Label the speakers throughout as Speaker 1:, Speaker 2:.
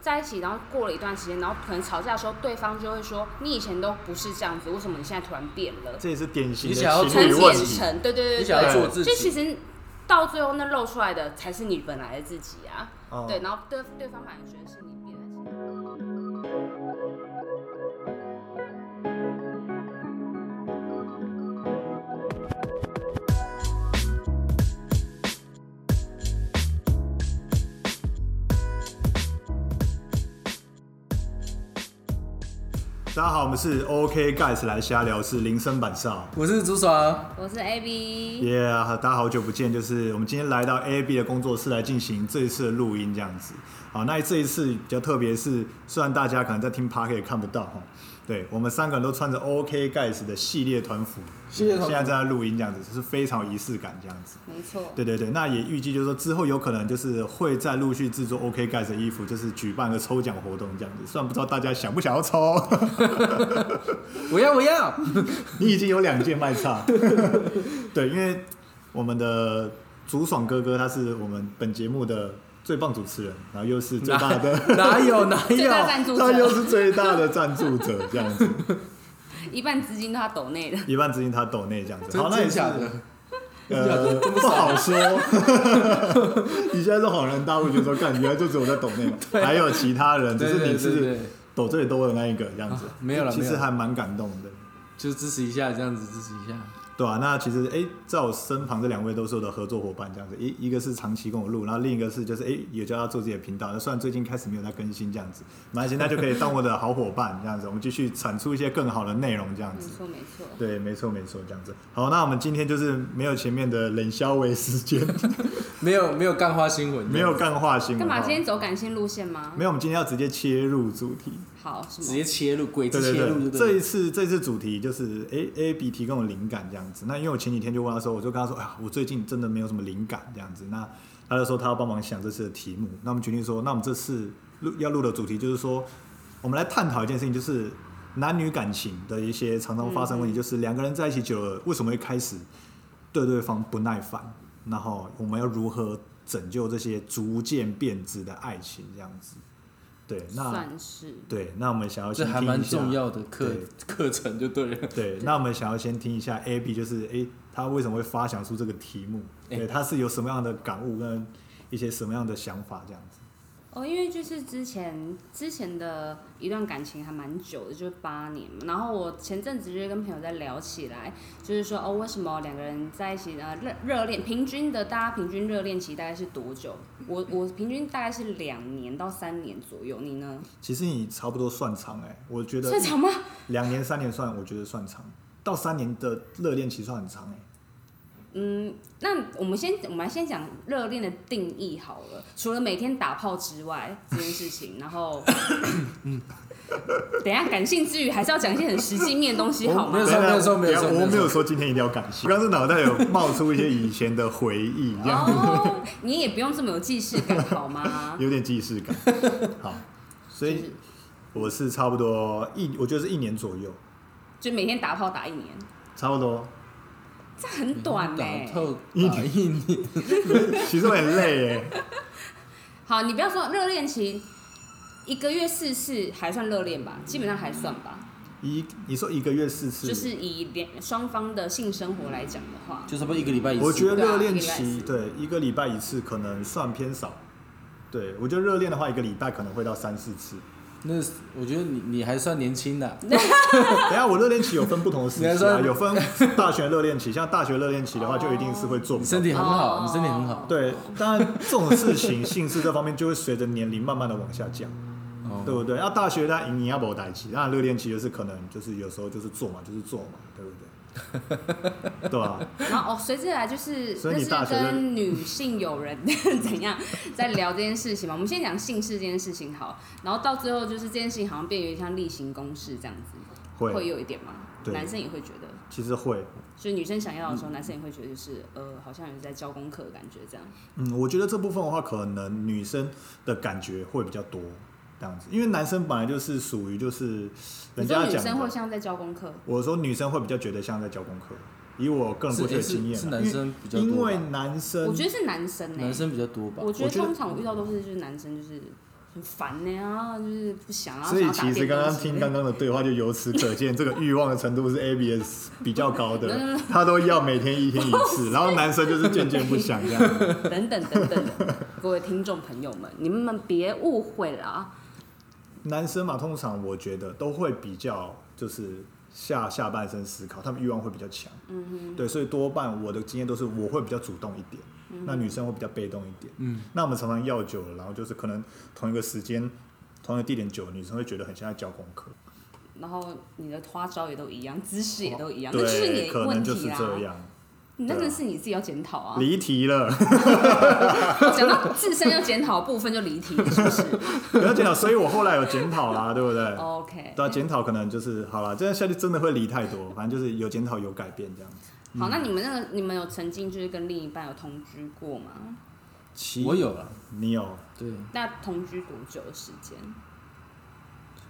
Speaker 1: 在一起，然后过了一段时间，然后可能吵架的时候，对方就会说：“你以前都不是这样子，为什么你现在突然变了
Speaker 2: 这也是典型
Speaker 3: 你
Speaker 2: 的
Speaker 3: 想要？”
Speaker 2: 情
Speaker 1: 陈
Speaker 2: 侣问
Speaker 1: 简
Speaker 2: 题。
Speaker 1: 诚，对对
Speaker 3: 你
Speaker 1: 对
Speaker 3: 想要
Speaker 1: 对
Speaker 3: 做自
Speaker 1: 就其
Speaker 3: 己，
Speaker 1: 实到最后那露出来的才是你本来的自己啊。
Speaker 2: 哦
Speaker 1: 对，然后对对方反而觉得是你变了。
Speaker 2: 大家好，我们是 OK Guys 来瞎聊，是铃声板上。
Speaker 3: 我是朱爽，
Speaker 1: 我是 A B，
Speaker 2: 耶、大家好久不见，就是我们今天来到 AB 的工作室来进行这一次的录音，这样子。好，那这一次比较特别是，虽然大家可能在听 p a r k 也看不到哈，对我们三个人都穿着 OK Guys 的系列团服，
Speaker 3: 系列团服
Speaker 2: 现在正在录音这样子，就是非常有仪式感这样子。
Speaker 1: 没错。
Speaker 2: 对对对，那也预计就是说之后有可能就是会再陆续制作 OK Guys 的衣服，就是举办个抽奖活动这样子。虽然不知道大家想不想要抽，
Speaker 3: 我要 我要，
Speaker 2: 你已经有两件卖差， 对，因为我们的竹爽哥哥他是我们本节目的最棒主持人，然后又是最大的，
Speaker 3: 哪有哪
Speaker 1: 最大
Speaker 3: 有，
Speaker 1: 赞助
Speaker 2: 他又
Speaker 1: 者，
Speaker 2: 是最大的赞助者这样 子，
Speaker 1: 一半资金都他抖内的。
Speaker 2: 一半资金他抖内这样子，好，那
Speaker 3: 真
Speaker 2: 也
Speaker 3: 真
Speaker 2: 是
Speaker 3: 假的？
Speaker 2: 呃不好说， 你现在是恍然大悟，觉得说干原来就只有在抖内嘛，还有其他人，只
Speaker 3: 啊对
Speaker 2: 是
Speaker 3: 对
Speaker 2: 你
Speaker 3: 对
Speaker 2: 是
Speaker 3: 对，
Speaker 2: 抖最多的那一个这样子
Speaker 3: 啊，没有啦
Speaker 2: 其
Speaker 3: 没
Speaker 2: 实
Speaker 3: 有啦
Speaker 2: 还蛮感动的。
Speaker 3: 就支持一下，这样子支持一下。
Speaker 2: 对啊，那其实哎、诶在我身旁这两位都是我的合作伙伴，这样子，一一个是长期跟我录，然后另一个是就是哎、诶也叫他做自己的频道，那虽然最近开始没有在更新这样子，没关系，那就可以当我的好伙伴这样子，我们继续产出一些更好的内容这样
Speaker 1: 没
Speaker 2: 子。
Speaker 1: 错没错，
Speaker 2: 对，没错没错，这样子。好，那我们今天就是没有前面的冷消维 时间，
Speaker 3: 没有没有干花新闻，
Speaker 2: 没有干话新
Speaker 1: 干
Speaker 2: 闻，
Speaker 1: 嘛？
Speaker 2: 好
Speaker 1: 今天走感性路线吗？
Speaker 2: 哦没有，我们今天要直接切入主题。
Speaker 1: 好，什
Speaker 3: 直
Speaker 1: 么？
Speaker 3: 接切入，鬼
Speaker 2: 对
Speaker 3: 子
Speaker 2: 对
Speaker 3: 切入
Speaker 2: 对，
Speaker 3: 就
Speaker 2: 这
Speaker 3: 对
Speaker 2: 一
Speaker 3: 了。
Speaker 2: 次这次主题就是 A A B 提供我灵感这样子。那因为我前几天就问他说，我就跟他说，哎呀，我最近真的没有什么灵感这样子。那他就说他要帮忙想这次的题目。那我们决定说，那我们这次录要录的主题就是说，我们来探讨一件事情，就是男女感情的一些常常发生的问题，就是两个人在一起久了，为什么会开始对对方不耐烦？然后我们要如何拯救这些逐渐变质的爱情这样子？对，那
Speaker 1: 算是
Speaker 2: 对，那我们想要
Speaker 3: 这
Speaker 2: 先
Speaker 3: 还
Speaker 2: 听一
Speaker 3: 蛮
Speaker 2: 下
Speaker 3: 重要的课
Speaker 2: 对
Speaker 3: 课程就对了，
Speaker 2: 对，那我们想要先听一下 A B，就是诶，他为什么会发想出这个题目？
Speaker 3: 诶
Speaker 2: 对，他是有什么样的感悟跟一些什么样的想法这样子？
Speaker 1: 哦，因为就是之前之前的一段感情还蛮久的，就是八年嘛。然后我前阵子就是跟朋友在聊起来，就是说哦，为什么两个人在一起呃呢？热热恋平均的，大家平均热恋期大概是多久？我我平均大概是两年到三年左右，你呢？
Speaker 2: 其实你差不多算长诶，我觉得
Speaker 1: 算长吗？
Speaker 2: 两年三年算，我觉得算长，到三年的热恋期算很长诶。
Speaker 1: 嗯，那我们先我们来先讲热恋的定义好了。除了每天打炮之外这件事情，然 后，等一下感性之余还是要讲一些很实际面的东西好
Speaker 3: 哦没有
Speaker 1: 吗？
Speaker 3: 错
Speaker 2: 等一下
Speaker 3: 没有错
Speaker 2: 等一
Speaker 3: 没有错
Speaker 2: 下
Speaker 3: 没有错
Speaker 2: 我没有说今天一定要感谢，我刚是脑袋有冒出一些以前的回忆，这样
Speaker 1: 哦，你也不用这么有既视感好吗？
Speaker 2: 有点既视感。好， 所
Speaker 1: 就
Speaker 2: 以
Speaker 1: 是
Speaker 2: 我是差不多一，我觉得是一年左右，
Speaker 1: 就每天打炮打一年，
Speaker 2: 差不多。
Speaker 1: 这很短呢、欸
Speaker 2: 嗯
Speaker 3: 打透
Speaker 2: 一
Speaker 3: 打一年，
Speaker 2: 其实我很累诶。
Speaker 1: 好，你不要说热恋期一个月四次还算热恋吧，基本上还算吧。
Speaker 2: 一，你说一个月四次，
Speaker 1: 就是以两双方的性生活来讲的话，
Speaker 3: 就差不多一个礼拜一次。
Speaker 2: 我觉得
Speaker 1: 对啊
Speaker 2: 热
Speaker 1: 一个礼
Speaker 2: 恋
Speaker 1: 拜一
Speaker 2: 期
Speaker 1: 次
Speaker 2: 对一个礼拜一次可能算偏少。对我觉得热恋的话，一个礼拜可能会到三四次。
Speaker 3: 那是我觉得你你还算年轻的，
Speaker 2: 等一下我热恋期有分不同的时
Speaker 3: 你还
Speaker 2: 期啊，
Speaker 3: 说
Speaker 2: 有分大学热恋期，像大学热恋期的话，
Speaker 1: 哦
Speaker 2: 就一定是会做
Speaker 3: 你
Speaker 2: 不
Speaker 3: 身
Speaker 2: 到。
Speaker 3: 体很好，
Speaker 1: 哦
Speaker 3: 你身体很好。
Speaker 2: 对，当然这种事情性事这方面就会随着年龄慢慢的往下降，
Speaker 3: 哦
Speaker 2: 对不对？那大学那你要不待期，那热恋期就是可能就是有时候就是做嘛，就是做嘛，对不 对？对啊，
Speaker 1: 然后哦，随之来就是，
Speaker 2: 所以
Speaker 1: 这
Speaker 2: 你
Speaker 1: 是
Speaker 2: 大学的
Speaker 1: 跟女性友人 怎样在聊这件事情嘛？我们先讲姓氏这件事情好，然后到最后就是这件事情好像变有点像例行公事这样子，会
Speaker 2: 会，
Speaker 1: 有一点吗？
Speaker 2: 对
Speaker 1: 男生也会觉得，
Speaker 2: 其实会。
Speaker 1: 就是女生想要的时候，男生也会觉得就是呃，好像有在教功课的感觉这样。
Speaker 2: 嗯，我觉得这部分的话，可能女生的感觉会比较多这样子，因为男生本来就是属于就是人
Speaker 1: 你说
Speaker 2: 家
Speaker 1: 女生
Speaker 2: 讲
Speaker 1: 会
Speaker 2: 的，
Speaker 1: 像在教功课，
Speaker 2: 我说女生会比较觉得像在教功课，以我个人
Speaker 3: 是
Speaker 2: 过去的
Speaker 3: 诶
Speaker 2: 经
Speaker 3: 是
Speaker 2: 验
Speaker 3: 是
Speaker 2: 啊，
Speaker 3: 男生比较
Speaker 2: 因为因
Speaker 3: 多吧，
Speaker 2: 为男生
Speaker 1: 我觉得是男生呢、欸
Speaker 3: 男生比较多吧
Speaker 1: 我。觉得
Speaker 2: 我觉得
Speaker 1: 通常我遇到都是就是男生就是很烦呢、然后就是不想啊。
Speaker 2: 所以
Speaker 1: 想要打
Speaker 2: 其实
Speaker 1: 电动
Speaker 2: 刚刚
Speaker 1: 之类
Speaker 2: 听
Speaker 1: 的
Speaker 2: 刚刚的对话，就由此可见，这个欲望的程度是 ABS 比较高
Speaker 1: 嗯
Speaker 2: 的，他都要每天一天一次，然后男生就是渐渐不想这样。
Speaker 1: 等等等等 的，各位听众朋友们，你们别误会了啊！
Speaker 2: 男生嘛，通常我觉得都会比较就是下下半身思考，他们欲望会比较强。
Speaker 1: 嗯
Speaker 2: 对，所以多半我的经验都是我会比较主动一点，那女生会比较被动一点。
Speaker 3: 嗯，
Speaker 2: 那我们常常要久了，然后就是可能同一个时间、同一个地点久了，女生会觉得很像在教功课。
Speaker 1: 哼，然后你的花招也都一样，姿势也都一样，那就是你
Speaker 2: 哦对，
Speaker 1: 的
Speaker 2: 可能
Speaker 1: 问
Speaker 2: 就是
Speaker 1: 题啦。
Speaker 2: 这样。
Speaker 1: 你那真的是你自己要检讨啊！
Speaker 2: 离题了，
Speaker 1: 讲到自身要检讨的部分就离题了，是 不是
Speaker 2: 不要检讨，所以我后来有检讨啦，对 不对？
Speaker 1: 哦？OK，
Speaker 2: 对啊，检讨可能就是好了，这样下去真的会离太多，反正就是有检讨有改变这样子。
Speaker 1: 好，那你们那个你们有曾经就是跟另一半有同居过吗？
Speaker 2: 其
Speaker 3: 我有了，
Speaker 2: 你有
Speaker 3: 对，
Speaker 1: 那同居多久的时间？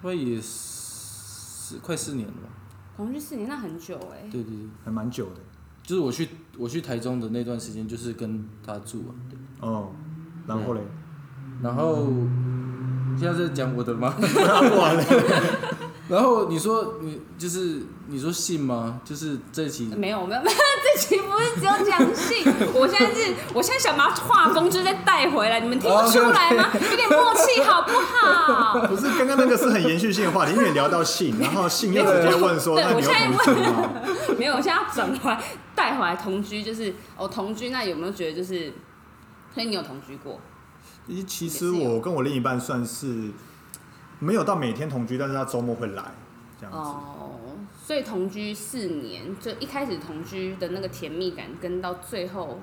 Speaker 3: 所以四快四年了吧？
Speaker 1: 同居四年，那很久哎、
Speaker 3: 对对对，
Speaker 2: 还蛮久的
Speaker 3: 就是我去我去台中的那段时间，就是跟他住啊。
Speaker 2: 哦，然后嘞，
Speaker 3: 然后现在在讲我的吗？
Speaker 2: 不玩了，
Speaker 3: 然后你说你就是你说信吗？就是这期
Speaker 1: 没有 没有，没有，这期不是只有讲性，我现在是，我现在想把画风就是再带回来，你们听不出来吗？有点默契好不好？
Speaker 2: 不是刚刚那个是很延续性的话题，因为聊到性，然后性又直接问说，
Speaker 1: 对
Speaker 2: 那
Speaker 1: 我
Speaker 2: 你有
Speaker 1: 现在
Speaker 2: 同居吗？
Speaker 1: 没有，我现在要转回来带回来同居，就是哦同居，那有没有觉得就是，所以你有同居过？
Speaker 2: 咦其实我跟我另一半算是没有到每天同居，但是他周末会来这样子。
Speaker 1: 哦，所以同居四年，就一开始同居的那个甜蜜感，跟到最后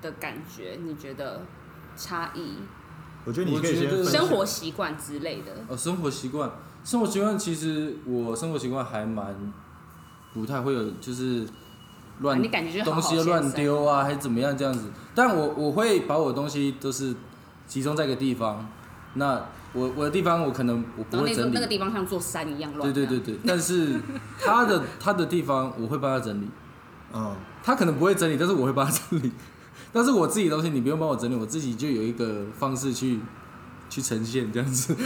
Speaker 1: 的感觉，你觉得差异、
Speaker 2: 我觉得你
Speaker 3: 我
Speaker 2: 可以
Speaker 3: 觉
Speaker 2: 先
Speaker 3: 得
Speaker 2: 分享
Speaker 1: 生活习惯之类的？
Speaker 3: 哦，生活习惯，生活习惯其实我生活习惯还蛮不太会有，就是
Speaker 1: 啊
Speaker 3: 乱
Speaker 1: 你感觉就是好好
Speaker 3: 东西
Speaker 1: 先
Speaker 3: 乱
Speaker 1: 生
Speaker 3: 丢啊，还是怎么样这样子。但我我会把我东西都是集中在一个地方，那我我的地方我可能我不
Speaker 1: 然后
Speaker 3: 会
Speaker 1: 那个
Speaker 3: 整理
Speaker 1: 那个，地方像座山一样
Speaker 3: 对
Speaker 1: 乱。
Speaker 3: 对对，对。但是 他的他的地方我会帮他整理，
Speaker 2: 嗯，
Speaker 3: 他可能不会整理，但是我会帮他整理。但是我自己的东西你不用帮我整理，我自己就有一个方式去去呈现这样子。，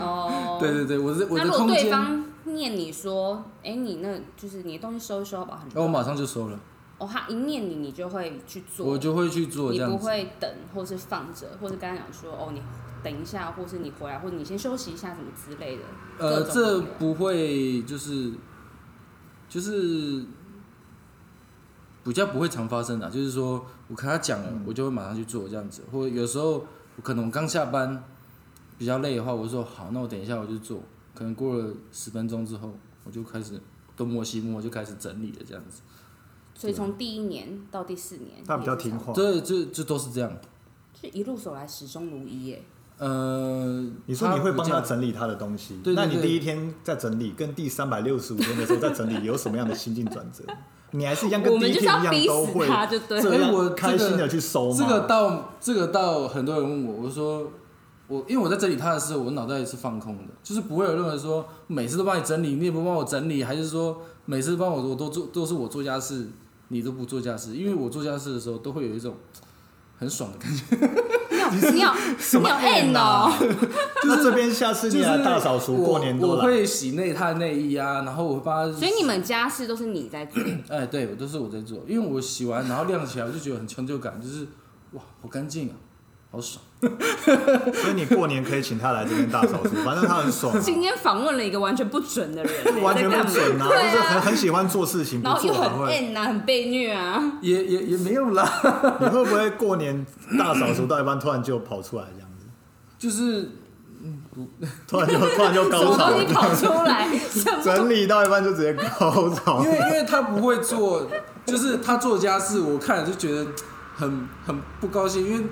Speaker 1: 哦
Speaker 3: 对对对，我的我
Speaker 1: 那
Speaker 3: 的
Speaker 1: 如果
Speaker 3: 空
Speaker 1: 对
Speaker 3: 间，
Speaker 1: 方念你说，哎、你那就是你的东西收一收吧，很
Speaker 3: 然后我马上就收了。
Speaker 1: 哦，他一念你，你就会去做，
Speaker 3: 我就会去做
Speaker 1: 你
Speaker 3: 这
Speaker 1: 不
Speaker 3: 样子。
Speaker 1: 会等或是放着，或是跟他讲说，哦，你等一下，或是你回来，或者你先休息一下，什么之类的。各种
Speaker 3: 呃，
Speaker 1: 理
Speaker 3: 这
Speaker 1: 由
Speaker 3: 不会就是就是比较不会常发生的、啊就是说我跟他讲了，
Speaker 2: 嗯
Speaker 3: 我就会马上去做这样子，或者有时候我可能刚下班比较累的话，我就说好，那我等一下我就做，可能过了十分钟之后，我就开始东摸西摸，就开始整理了这样子。
Speaker 1: 所以从第一年到第四年，
Speaker 2: 他比较
Speaker 1: 也是这
Speaker 2: 听
Speaker 1: 样，
Speaker 2: 话，
Speaker 3: 这这这都是这样。
Speaker 1: 就一路走来始终如一耶。
Speaker 3: 呃，
Speaker 2: 你说你会
Speaker 3: 比
Speaker 2: 帮
Speaker 3: 较
Speaker 2: 他整理他的东西，
Speaker 3: 对对
Speaker 2: 那你
Speaker 3: 对
Speaker 2: 第一天在整理，跟第三百六十五天的时候在整理，有什么样的心境转折？你还是一样跟
Speaker 1: 我
Speaker 2: 第
Speaker 1: 们
Speaker 2: 一
Speaker 1: 就
Speaker 2: 天
Speaker 1: 是
Speaker 2: 一
Speaker 1: 要逼
Speaker 2: 样都
Speaker 1: 死
Speaker 2: 会
Speaker 1: 他，就对了。
Speaker 2: 这
Speaker 3: 哎
Speaker 2: 样
Speaker 3: 我这个
Speaker 2: 开心的去收吗？
Speaker 3: 这个到这个到很多人问我，我说我因为我在整理他的时候，我脑袋是放空的，就是不会有任何人说每次都帮你整理，你也不帮我整理，还是说每次帮我我都做都是我做家事，你都不做家事，因为我做家事的时候都会有一种很爽的感觉，
Speaker 1: 你有
Speaker 2: 什
Speaker 1: 你
Speaker 2: 么啊
Speaker 1: 有 N 哦，
Speaker 2: 就是这边下次
Speaker 3: 就
Speaker 2: 你
Speaker 3: 是
Speaker 2: 来大扫除，过年
Speaker 3: 我
Speaker 2: 都
Speaker 3: 我
Speaker 2: 来。
Speaker 3: 会洗内他的内衣啊，然后我会帮他，
Speaker 1: 所以你们家事都是你在 做，
Speaker 3: 哎，对我都是我在做，因为我洗完然后晾起来，我就觉得很成就感，就是哇，好干净啊，好爽。
Speaker 2: 所以你过年可以请他来这边大扫 除，反正他很爽啊，
Speaker 1: 今天访问了一个完全不准的人，
Speaker 2: 完全
Speaker 1: 在干
Speaker 2: 不
Speaker 1: 嘛
Speaker 2: 准啊，
Speaker 1: 对
Speaker 2: 就是
Speaker 1: 啊
Speaker 2: 很很喜欢做事情，
Speaker 1: 然
Speaker 2: 不
Speaker 1: 后又
Speaker 2: 做还
Speaker 1: 很
Speaker 2: 会。
Speaker 1: N 啊，很被虐啊。
Speaker 3: 也也也没有啦，
Speaker 2: 你会不会过年大扫除到一半突然就跑出来这样子？
Speaker 3: 就是
Speaker 2: 突然就突然就
Speaker 1: 什么
Speaker 2: 高潮
Speaker 1: 东，西跑出 来？什么？
Speaker 2: 整理到一半就直接高潮
Speaker 3: 因。为因为他不会做，就是他做家事，我看了就觉得很很不高兴，因为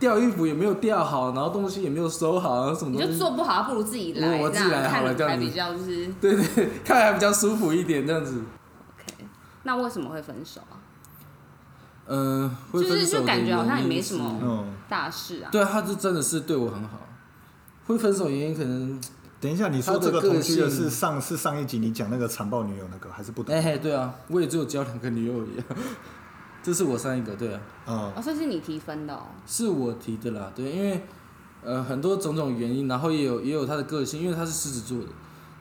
Speaker 3: 掉衣服也没有掉好，然后东西也没有收好，然后什么
Speaker 1: 你
Speaker 3: 东
Speaker 1: 就
Speaker 3: 西，
Speaker 1: 做不好，不如自己来，
Speaker 3: 我我自己来
Speaker 1: 这样
Speaker 3: 好了
Speaker 1: 看你才
Speaker 3: 这样子
Speaker 1: 比较就是。
Speaker 3: 对对，看来还比较舒服一点这样子。
Speaker 1: OK，那为什么会分手啊？
Speaker 3: 嗯、呃，会
Speaker 1: 就是
Speaker 3: 分手
Speaker 1: 就
Speaker 3: 的
Speaker 1: 感觉好像也
Speaker 3: 原因
Speaker 1: 没什么
Speaker 3: 是
Speaker 2: 嗯，
Speaker 1: 大事啊。
Speaker 3: 对，他就真的是对我很好。会分手的原因可能，
Speaker 2: 等一下，你说这个同居的是上是上一集你讲那个残暴女友那个，还是不同？
Speaker 3: 哎、嘿，对啊，我也只有交两个女友一样， 这是我上一个，对啊，
Speaker 2: 嗯，
Speaker 1: 哦，所以是你提分的哦。
Speaker 3: 是我提的啦，对，因为呃很多种种原因，然后也有也有他的个性，因为他是狮子座的，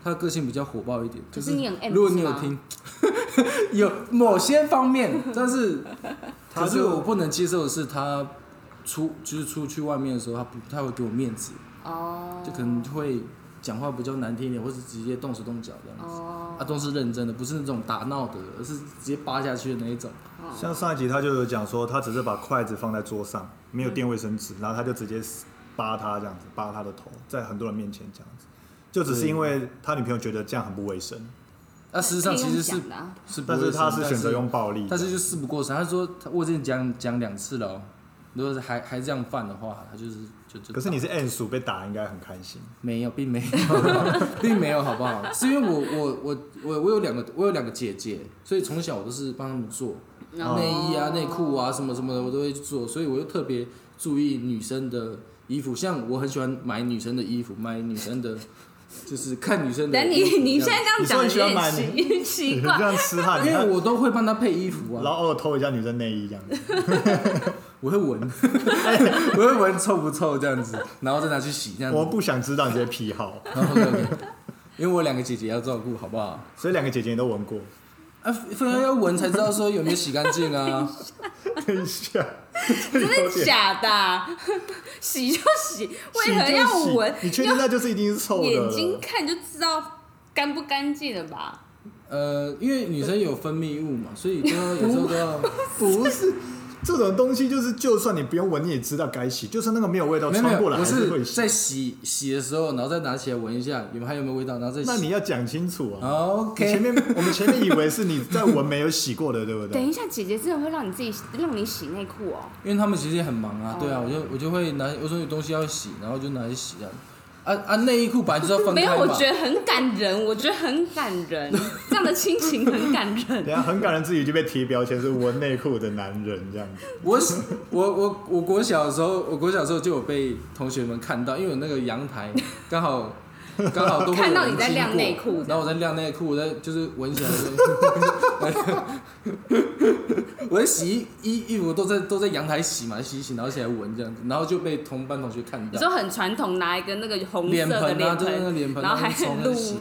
Speaker 3: 他的个性比较火爆一点。
Speaker 1: 可
Speaker 3: 就是
Speaker 1: 你很 M
Speaker 3: 如果你
Speaker 1: 是
Speaker 3: 有
Speaker 1: 吗
Speaker 3: 听， 有某些方 面，但是
Speaker 2: 他
Speaker 3: 可是
Speaker 2: 就
Speaker 3: 我不能接受的是他出就是出去外面的时候，他不太会给我面子，
Speaker 1: 哦，
Speaker 3: 就可能会讲话比较难听一点，或是直接动手动脚这样子。啊
Speaker 1: 哦，
Speaker 3: 他、都是认真的，不是那种打闹的，而是直接扒下去的那一种。
Speaker 1: 哦
Speaker 2: 像上一集他就有讲说，他只是把筷子放在桌上，没有垫卫生
Speaker 1: 嗯
Speaker 2: 纸，然后他就直接扒他这样子，扒他的头，在很多人面前这样子，就只是因为他女朋友觉得这样很不卫生，
Speaker 1: 嗯
Speaker 3: 那、啊事实上
Speaker 1: 可以
Speaker 3: 其
Speaker 1: 用
Speaker 3: 实是
Speaker 1: 讲的啊
Speaker 3: 是不
Speaker 2: 但
Speaker 3: 会
Speaker 2: 是
Speaker 3: 生，
Speaker 2: 他是选择用暴力的，
Speaker 3: 但是就事不过三。他说他我已经讲讲两次了哦、如果是还还这样犯的话，他就是就就
Speaker 2: 可是你是 N 数被打应该很开心，
Speaker 3: 没有，并没有， 并没有，好不好？是因为我我我我我有两个我有两个姐姐，所以从小我都是帮他们做
Speaker 1: 哦
Speaker 3: 内衣啊、内裤啊什么什么的，我都会去做，所以我又特别注意女生的衣服，像我很喜欢买女生的衣服，买女生的，就是看女生的衣
Speaker 1: 等
Speaker 3: 服
Speaker 1: 你你
Speaker 3: 这样。，
Speaker 1: 现在这样讲
Speaker 2: 你说你喜欢买
Speaker 1: 有点奇奇
Speaker 2: 你
Speaker 1: 怪
Speaker 2: 这。样吃汗，你
Speaker 3: 因
Speaker 2: 看
Speaker 3: 为我都会帮她配衣服啊，
Speaker 2: 然后偶尔偷一下女生内衣这样子，
Speaker 3: 我会闻， 我会闻臭不臭这样子，然后再拿去洗
Speaker 1: 嗯
Speaker 3: 这样
Speaker 2: 我
Speaker 3: 子。
Speaker 2: 不想知道你这些癖好，
Speaker 3: 然后 OK，因为我两个姐姐要照顾，好不好？
Speaker 2: 所以两个姐姐你都闻 过。
Speaker 3: 啊，非要要闻才知道说有没有洗干净啊。
Speaker 2: 等一下，
Speaker 1: 真的假的啊？ 洗就洗，为何要
Speaker 2: 洗就洗
Speaker 1: 闻？
Speaker 2: 你确定那就是一定是臭的
Speaker 1: 眼
Speaker 2: 了？
Speaker 1: 睛看就知道干不干净了吧？
Speaker 3: 呃，因为女生有分泌物嘛，所以都要有时候 都要。
Speaker 2: 不是这种东西，就是就算你不用闻，你也知道该洗。就算那个没有味道，
Speaker 3: 没有没
Speaker 2: 穿
Speaker 3: 有，
Speaker 2: 过来
Speaker 3: 我
Speaker 2: 还是会
Speaker 3: 是
Speaker 2: 洗
Speaker 3: 在。洗洗的时候，然后再拿起来闻一下，有没有还有没有味道，然后再洗。
Speaker 2: 那你要讲清楚啊！你
Speaker 3: 哦 OK？
Speaker 2: 前面我们前面以为是你在闻没有洗过的，对不
Speaker 1: 等
Speaker 2: 对？
Speaker 1: 一下，姐姐真的会让你自己让你洗内裤哦。
Speaker 3: 因为他们其实也很忙啊，
Speaker 1: 哦
Speaker 3: 对啊，我就我就会拿，我说有东西要洗，然后就拿去洗啊。啊啊，内衣裤本来就是要分
Speaker 1: 没
Speaker 3: 开
Speaker 1: 有，
Speaker 3: 嘛。
Speaker 1: 我觉得很感人，我觉得很感 人，这样的亲情很感人
Speaker 2: 等。
Speaker 3: 啊
Speaker 2: 一下很感人，自己就被贴标签是闻内裤的男人这样 子。
Speaker 3: 我是我我我国小的时候，我国小的时候就有被同学们看到，因为我那个阳台刚好刚好都会有
Speaker 1: 看到
Speaker 3: 人
Speaker 1: 你在
Speaker 3: 经
Speaker 1: 晾
Speaker 3: 过
Speaker 1: 内裤
Speaker 3: 然后我在晾内裤，我在就是闻起来就， 我在洗衣衣服都在都在阳台洗嘛，洗一洗然后起来闻这样子，然后就被同班同学看
Speaker 1: 你
Speaker 3: 到。
Speaker 1: 说很传统，拿一个那个红色
Speaker 3: 脸
Speaker 1: 的
Speaker 3: 盆啊，
Speaker 1: 脸
Speaker 3: 就是那个
Speaker 1: 盆，
Speaker 3: 脸盆，
Speaker 1: 然后还
Speaker 3: 冲那
Speaker 1: 录
Speaker 3: 个洗，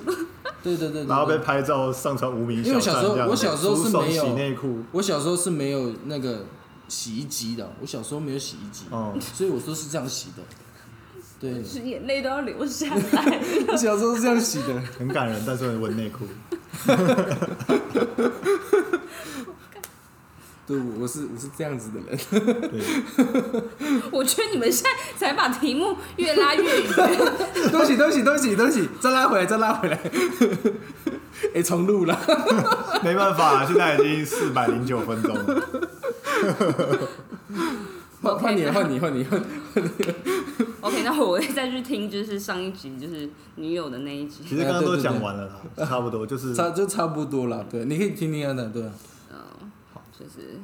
Speaker 3: 对对对对，对
Speaker 2: 然后被拍照上传无名
Speaker 3: 因为我
Speaker 2: 小
Speaker 3: 小
Speaker 2: 站
Speaker 3: 时候
Speaker 2: 这样子。
Speaker 3: 我小时候是
Speaker 2: 徒手
Speaker 3: 没有
Speaker 2: 洗内裤
Speaker 3: 我小时候是没有那个洗衣机的，我小时候没有洗衣机，
Speaker 2: 哦，
Speaker 3: 所以我都是这样洗 的。对，
Speaker 1: 是眼泪都要流下来。
Speaker 3: 我小时候是这样洗的。
Speaker 2: 很感人，但是闻内裤。
Speaker 3: 对，我是我是这样子的人。
Speaker 2: 对，
Speaker 1: 我觉得你们现在才把题目越拉越远。
Speaker 3: 对不起，对不起，对不起，对不起，再拉回来，再拉回来。 哎、重录了。
Speaker 2: 没办法，现在已经四百零九分钟了。
Speaker 3: 换 换你，换你，换你，换你。
Speaker 1: OK，那我会再去听，就是上一集就是女友的那一集。
Speaker 2: 其实刚刚都讲完了 啦，差不多就是
Speaker 3: 差就差不多了。对，你可以听听看的。对啊。
Speaker 1: 嗯，就是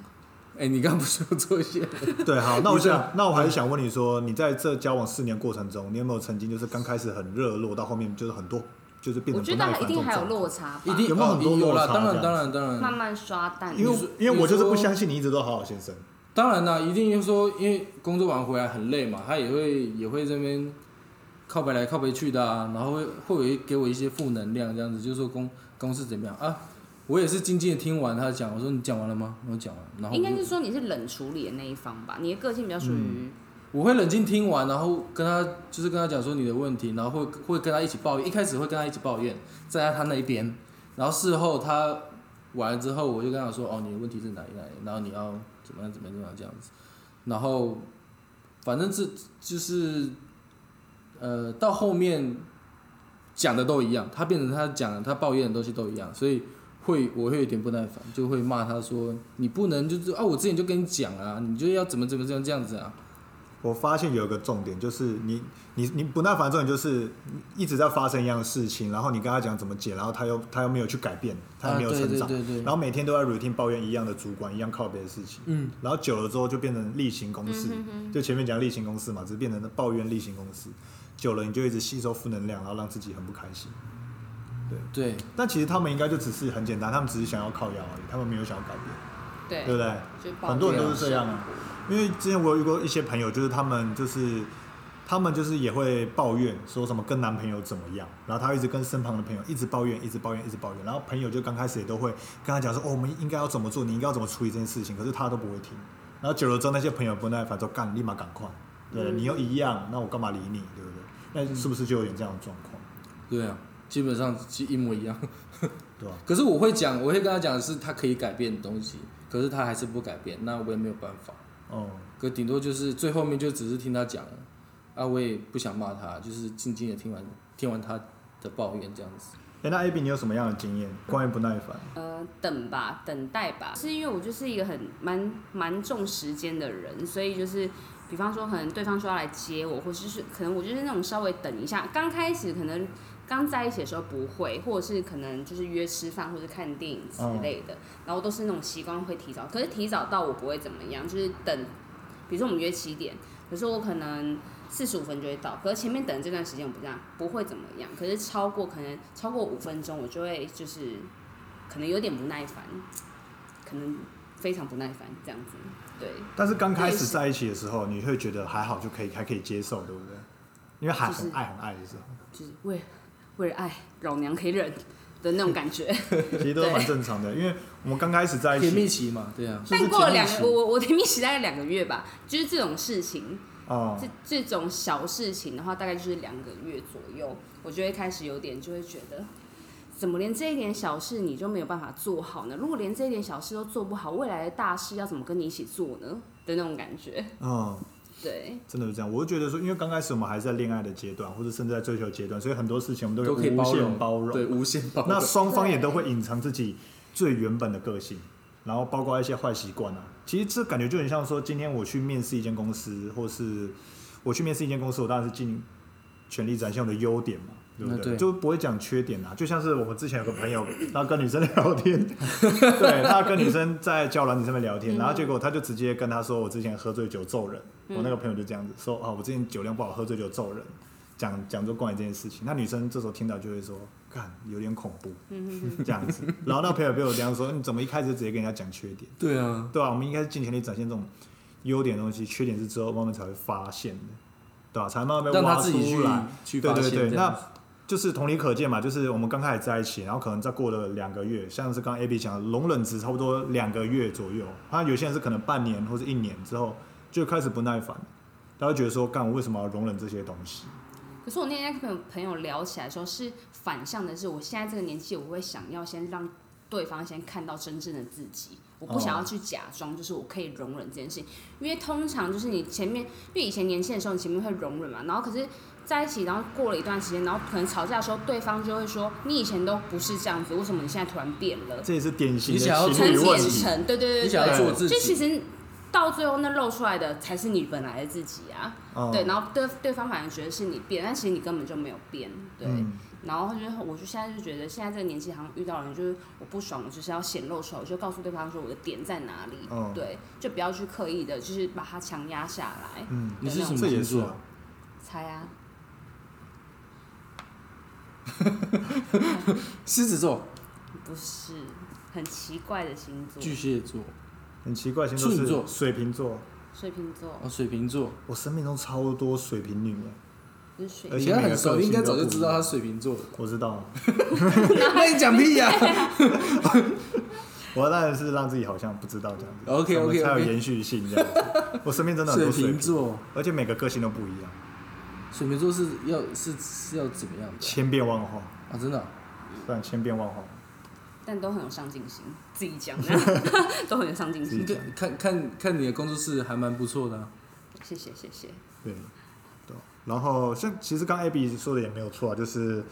Speaker 3: 哎、你刚刚不是有做一些？
Speaker 2: 对，好，那我
Speaker 3: 你这
Speaker 2: 想，那我还是想问你说，你在这交往四年过程中，你有没有曾经就是刚开始很热络，到后面就是很多就是变
Speaker 1: 我
Speaker 2: 成
Speaker 1: 觉
Speaker 2: 不
Speaker 1: 得
Speaker 2: 耐
Speaker 1: 还一
Speaker 2: 烦
Speaker 1: 定还有
Speaker 2: 这种
Speaker 1: 落差吧，
Speaker 3: 一定
Speaker 2: 有没有很多
Speaker 3: 哦有
Speaker 2: 落
Speaker 3: 啦，
Speaker 2: 差
Speaker 3: 当
Speaker 2: 这
Speaker 3: 然，
Speaker 2: 样
Speaker 3: 当然，当
Speaker 1: 慢
Speaker 3: 然，
Speaker 1: 慢刷淡。
Speaker 2: 因
Speaker 3: 你
Speaker 2: 为
Speaker 3: 说
Speaker 2: 因为我就是不
Speaker 3: 你说
Speaker 2: 相信你一直都好好先生，
Speaker 3: 当然啦，一定就说，因为工作完回来很累嘛，他也会也会这边靠北来靠北去的啊，然后会会有给我一些负能量，这样子，就是说公公司怎么样啊？我也是静静的听完他讲，我说你讲完了吗？我讲完了，然后我
Speaker 1: 应该
Speaker 3: 就是
Speaker 1: 说你是冷处理的那一方吧，你的个性比较属于
Speaker 3: 我会冷静听完，然后跟他就是跟他讲说你的问题，然后会会跟他一起抱怨，一开始会跟他一起抱怨，站在他那一边，然后事后他完了之后，我就跟他说哦，你的问题是哪里哪里，然后你要怎么样怎么样怎么样这样子，然后反正这就是呃到后面讲的都一样，他变成他讲的他抱怨的东西都一样，所以会我会有点不耐烦，就会骂他说你不能就是啊我之前就跟你讲啊，你就要怎么怎么怎么这样子啊。
Speaker 2: 我发现有一个重点就是你你你不耐烦的重点就是一直在发生一样的事情，然后你跟他讲怎么解，然后他又他又没有去改变，他又没有成长
Speaker 3: 啊、，对对对对
Speaker 2: 然后每天都在 routine 抱怨一样的主管，一样靠别的事情，
Speaker 3: 嗯，
Speaker 2: 然后久了之后就变成例行公事，就前面讲例行公事嘛，只是变成抱怨例行公事，久了你就一直吸收负能量，然后让自己很不开心。
Speaker 3: 对，
Speaker 2: 但其实他们应该就只是很简单，他们只是想要靠腰而已，他们没有想要改变，
Speaker 1: 对
Speaker 2: 对不对？
Speaker 1: 就
Speaker 2: 啊很多人都是这样啊。因为之前我有遇过一些朋友，就是他们就是他们就是也会抱怨说什么跟男朋友怎么样，然后她一直跟身旁的朋友一直抱怨，一直抱怨，一直抱怨，然后朋友就刚开始也都会跟她讲说，哦，我们应该要怎么做，你应该要怎么处理这件事情，可是她都不会听。然后久了之后，那些朋友不耐烦说，干，立马赶快，对、
Speaker 1: 嗯
Speaker 2: 你又一样，那我干嘛理你，对不对？那是不是就有点这样的状况，
Speaker 3: 对啊，基本上是一模一样。
Speaker 2: 对吧、
Speaker 3: 可是我会讲，我会跟他讲的是他可以改变的东西，可是他还是不改变，那我也没有办法。
Speaker 2: 哦，
Speaker 3: 可顶多就是最后面就只是听他讲了，啊，我也不想骂他，就是静静的听完听完他的抱怨这样子。
Speaker 2: 哎，那 AB 你有什么样的经验关于不耐烦？
Speaker 1: 呃，等吧，等待吧，是因为我就是一个很蛮蛮重时间的人，所以就是，比方说可能对方说要来接我，或者是可能我就是那种稍微等一下，刚开始可能刚在一起的时候不会，或者是可能就是约吃饭或者看电影之类的，然后都是那种习惯会提早，可是提早到我不会怎么样，就是等，比如说我们约七点，可是我可能。四十五分就会到，可是前面等这段时间我不这样不会怎么样，可是超过可能超过五分钟，我就会就是可能有点不耐烦，可能非常不耐烦这样子。对，
Speaker 2: 但是刚开
Speaker 1: 对
Speaker 2: 始
Speaker 1: 是
Speaker 2: 在一起的时候，你会觉得还好，就可以还可以接受，对不对？因为还
Speaker 1: 就是
Speaker 2: 很爱很爱的时 候，
Speaker 1: 就是为为了爱，老娘可以忍的那种感觉。
Speaker 2: 其实都蛮正常的。因为我们刚开始在一
Speaker 3: 甜蜜
Speaker 2: 起，
Speaker 3: 期嘛，对啊，
Speaker 2: 就是
Speaker 1: 但过了
Speaker 2: 甜
Speaker 1: 两
Speaker 2: 蜜期
Speaker 1: 个，我我我甜蜜期大概两个月吧，就是这种事情，
Speaker 2: 哦
Speaker 1: 这这种小事情的话，大概就是两个月左右，我就会开始有点就会觉得。怎么连这一点小事你就没有办法做好呢？如果连这一点小事都做不好，未来的大事要怎么跟你一起做呢？的那种感觉，
Speaker 2: 哦，
Speaker 1: 对，
Speaker 2: 真的是这样。我就觉得说，因为刚开始我们还在恋爱的阶段，或者甚至在追求阶段，所以很多事情我们
Speaker 3: 都可以
Speaker 2: 无
Speaker 3: 包
Speaker 2: 限
Speaker 3: 容，
Speaker 2: 包容。
Speaker 3: 对，无限包
Speaker 2: 那
Speaker 3: 容。
Speaker 2: 双方也都会隐藏自己最原本的个性，然后包括一些坏习惯啊。其实这感觉就很像说，今天我去面试一间公司，或是我去面试一间公司，我当然是尽全力展现我的优点嘛，对不
Speaker 3: 那对
Speaker 2: 就不会讲缺点啊。就像是我们之前有个朋友，他跟女生聊天，对，他跟女生在交友软体上
Speaker 3: 嗯
Speaker 2: 面聊天，然后结果他就直接跟他说，我之前喝醉酒揍人。
Speaker 3: 嗯
Speaker 2: 我那个朋友就这样子说啊，我之前酒量不好，喝醉酒揍人。讲讲说关于这件事情，那女生这时候听到就会说，看有点恐怖，这样 子。然后那朋友被我这样说，你嗯怎么一开始就直接跟人家讲缺点？
Speaker 3: 对啊，
Speaker 2: 对啊，我们应该是尽全力展现这种优点的东西，缺点是之后慢慢才会发现的，对吧、才慢慢被
Speaker 3: 让
Speaker 2: 挖
Speaker 3: 他自己
Speaker 2: 出
Speaker 3: 去
Speaker 2: 来。
Speaker 3: 去
Speaker 2: 对
Speaker 3: 发
Speaker 2: 对
Speaker 3: 现
Speaker 2: 对，
Speaker 3: 这样
Speaker 2: 那
Speaker 3: 子。
Speaker 2: 就是同理可见嘛，就是我们刚开始在一起，然后可能再过了两个月，像是刚刚 AB 讲的，容忍值差不多两个月左右。他有些人是可能半年或者一年之后就开始不耐烦，他会觉得说，干我为什么要容忍这些东西？
Speaker 1: 可是我那天跟朋友朋友聊起来的时候，是反向的是，我现在这个年纪，我会想要先让对方先看到真正的自己，我不想要去假装，就是我可以容忍这件事情，因为通常就是你前面，因为以前年轻的时候，你前面会容忍嘛，然后可是。在一起，然后过了一段时间，然后可能吵架的时候，对方就会说：“你以前都不是这样子，为什么你现在突然变了
Speaker 2: 这也是典型的
Speaker 3: 你想要？”
Speaker 2: 情
Speaker 1: 陈
Speaker 2: 侣问
Speaker 1: 建
Speaker 2: 题。
Speaker 1: 成，对对对
Speaker 3: 你
Speaker 1: 对
Speaker 3: 想要做自
Speaker 1: 就其
Speaker 3: 己，
Speaker 1: 实到最后，那露出来的才是你本来的自己啊。
Speaker 3: 嗯
Speaker 2: 哦
Speaker 1: 对，，然后对对方反而觉得是你变，但其实你根本就没有变，对。
Speaker 2: 嗯
Speaker 1: 然后他就我就现在就觉得现在这个年纪，好像遇到人就是我不爽，我就是要显露出来，我就告诉对方说我的点在哪里，
Speaker 3: 嗯
Speaker 2: 哦
Speaker 1: 对，就不要去刻意的，就是把它强压下来。
Speaker 2: 嗯，
Speaker 3: 你是什么
Speaker 2: 这也
Speaker 3: 星
Speaker 2: 是
Speaker 3: 座
Speaker 2: 啊？，
Speaker 1: 猜啊，
Speaker 3: 狮子座、
Speaker 1: 不是很奇怪的星座，
Speaker 3: 巨蟹座、
Speaker 2: 很奇怪，现在都
Speaker 3: 处女座
Speaker 2: 是水瓶座，
Speaker 1: 水瓶座
Speaker 3: 哦，水瓶座，
Speaker 2: 我生命中超多水瓶女的，
Speaker 1: 就是水
Speaker 2: 而
Speaker 3: 你
Speaker 2: 且
Speaker 3: 跟他
Speaker 2: 每个
Speaker 3: 很熟，
Speaker 2: 个性
Speaker 3: 应该早
Speaker 2: 都
Speaker 3: 就
Speaker 2: 不
Speaker 3: 知
Speaker 2: 一
Speaker 3: 道
Speaker 2: 样
Speaker 3: 他是水瓶座了。
Speaker 2: 我知道，
Speaker 3: 那你讲屁呀、
Speaker 2: 我当然是让自己好像不知道这样子
Speaker 3: OK，OK，OK
Speaker 2: 我们才有延续性这样子。我身边真的很
Speaker 3: 水
Speaker 2: 多水
Speaker 3: 瓶
Speaker 2: 瓶，
Speaker 3: 座，
Speaker 2: 而且每个个性都不一样，
Speaker 3: 水瓶座是要是是要怎么样的
Speaker 2: 千变万化，
Speaker 3: 啊？真的啊、
Speaker 2: 算千变万化。
Speaker 1: 但都很有上进心，自己讲的， 都很有上进
Speaker 3: 你
Speaker 1: 心。
Speaker 3: 看看看看你的工作室还蛮不错的、啊，
Speaker 1: 谢谢谢谢，
Speaker 2: 对，对。然后像其实刚 Abby 说的也没有错啊，就是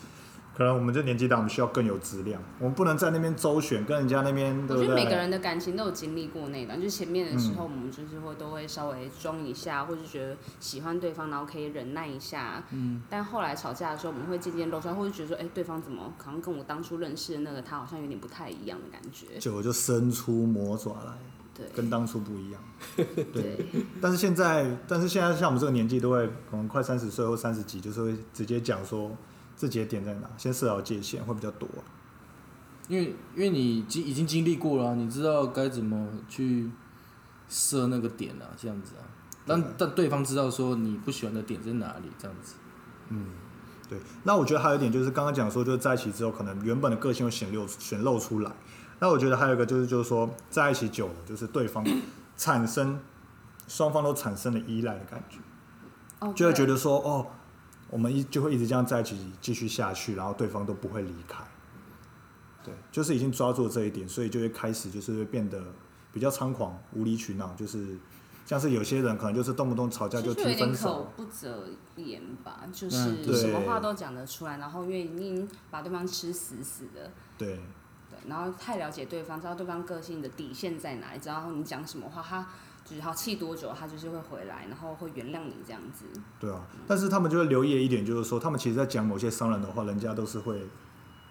Speaker 2: 可能我们这年纪大，我们需要更有质量，我们不能在那边周旋，跟人家那边对
Speaker 1: 我觉
Speaker 2: 不
Speaker 1: 得每个
Speaker 2: 对？
Speaker 1: 人的感情都有经历过那一段，就是前面的时候，我们就是会都会稍微装一下，或是觉得喜欢对方，然后可以忍耐一下。嗯。但后来吵架的时候，我们会渐渐露出来，或是觉得说，哎、对方怎么好像跟我当初认识的那个他好像有点不太一样的感觉。
Speaker 2: 久了就生出魔爪来，
Speaker 1: 对
Speaker 2: 跟当初不一样。对
Speaker 1: 对，
Speaker 2: 但是现在，但是现在像我们这个年纪，都会可能快三十岁或三十几，就是会直接讲说自己的点在哪，先设好界限会比较多啊、
Speaker 3: 因为因为你经已经经历过了啊、你知道该怎么去设那个点啊，这样子啊。让让对方知道说你不喜欢的点在哪里，这样子。
Speaker 2: 对，那我觉得还有一点就是刚刚讲说，就是在一起之后，可能原本的个性又显露显露出来。那我觉得还有一个就是，就是说在一起久了，就是对方产生双方都产生了依赖的感觉，
Speaker 1: 哦，
Speaker 2: 就会觉
Speaker 1: 得
Speaker 2: 得说哦，我们一就会一直这样在一起继续下去，然后对方都不会离开。对，就是已经抓住这一点，所以就会开始就是会变得比较猖狂、无理取闹，就是像是有些人可能就是动不动吵架
Speaker 1: 其
Speaker 2: 就
Speaker 1: 实有
Speaker 2: 提
Speaker 1: 点
Speaker 2: 分
Speaker 1: 口
Speaker 2: 手。
Speaker 1: 不择言吧，就
Speaker 3: 嗯
Speaker 1: 是
Speaker 2: 对
Speaker 1: 什么话都讲得出来，然后愿意把对方吃死死的。
Speaker 2: 对，
Speaker 1: 对，然后太了解对方，知道对方个性的底线在哪里，知道你讲什么话，他就是他气多久，他就是会回来，然后会原谅你这样子。
Speaker 2: 对啊，但是他们就会留意的一点，就是说，他们其实，在讲某些伤人的话，人家都是会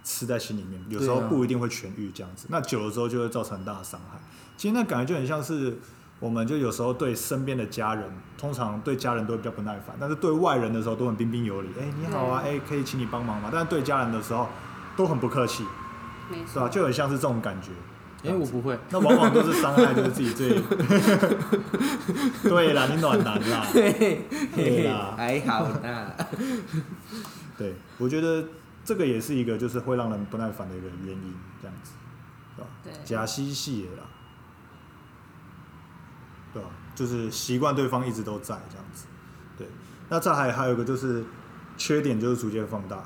Speaker 2: 吃在心里面，有时候
Speaker 3: 对啊
Speaker 2: 不一定会痊愈这样子。那久了之后，就会造成很大的伤害。其实那感觉就很像是，我们就有时候对身边的家人，通常对家人都会比较不耐烦，但是对外人的时候都很彬彬有礼，哎、你好啊，哎、可以请你帮忙吗？但是对家人的时候都很不客气，
Speaker 1: 没
Speaker 2: 是吧？啊
Speaker 1: 错，
Speaker 2: 就很像是这种感觉。
Speaker 3: 哎、我不会，
Speaker 2: 那往往都是伤害，就是自己最。 对啦，你暖男啦。 对啦，
Speaker 4: 还好啦。
Speaker 2: 对，我觉得这个也是一个就是会让人不耐烦的一个原因，这样子，对吧？
Speaker 1: 对
Speaker 2: 假嬉戏也啦，对吧？就是习惯对方一直都在这样子，对。那再还还有一个就是缺点就是逐渐放大。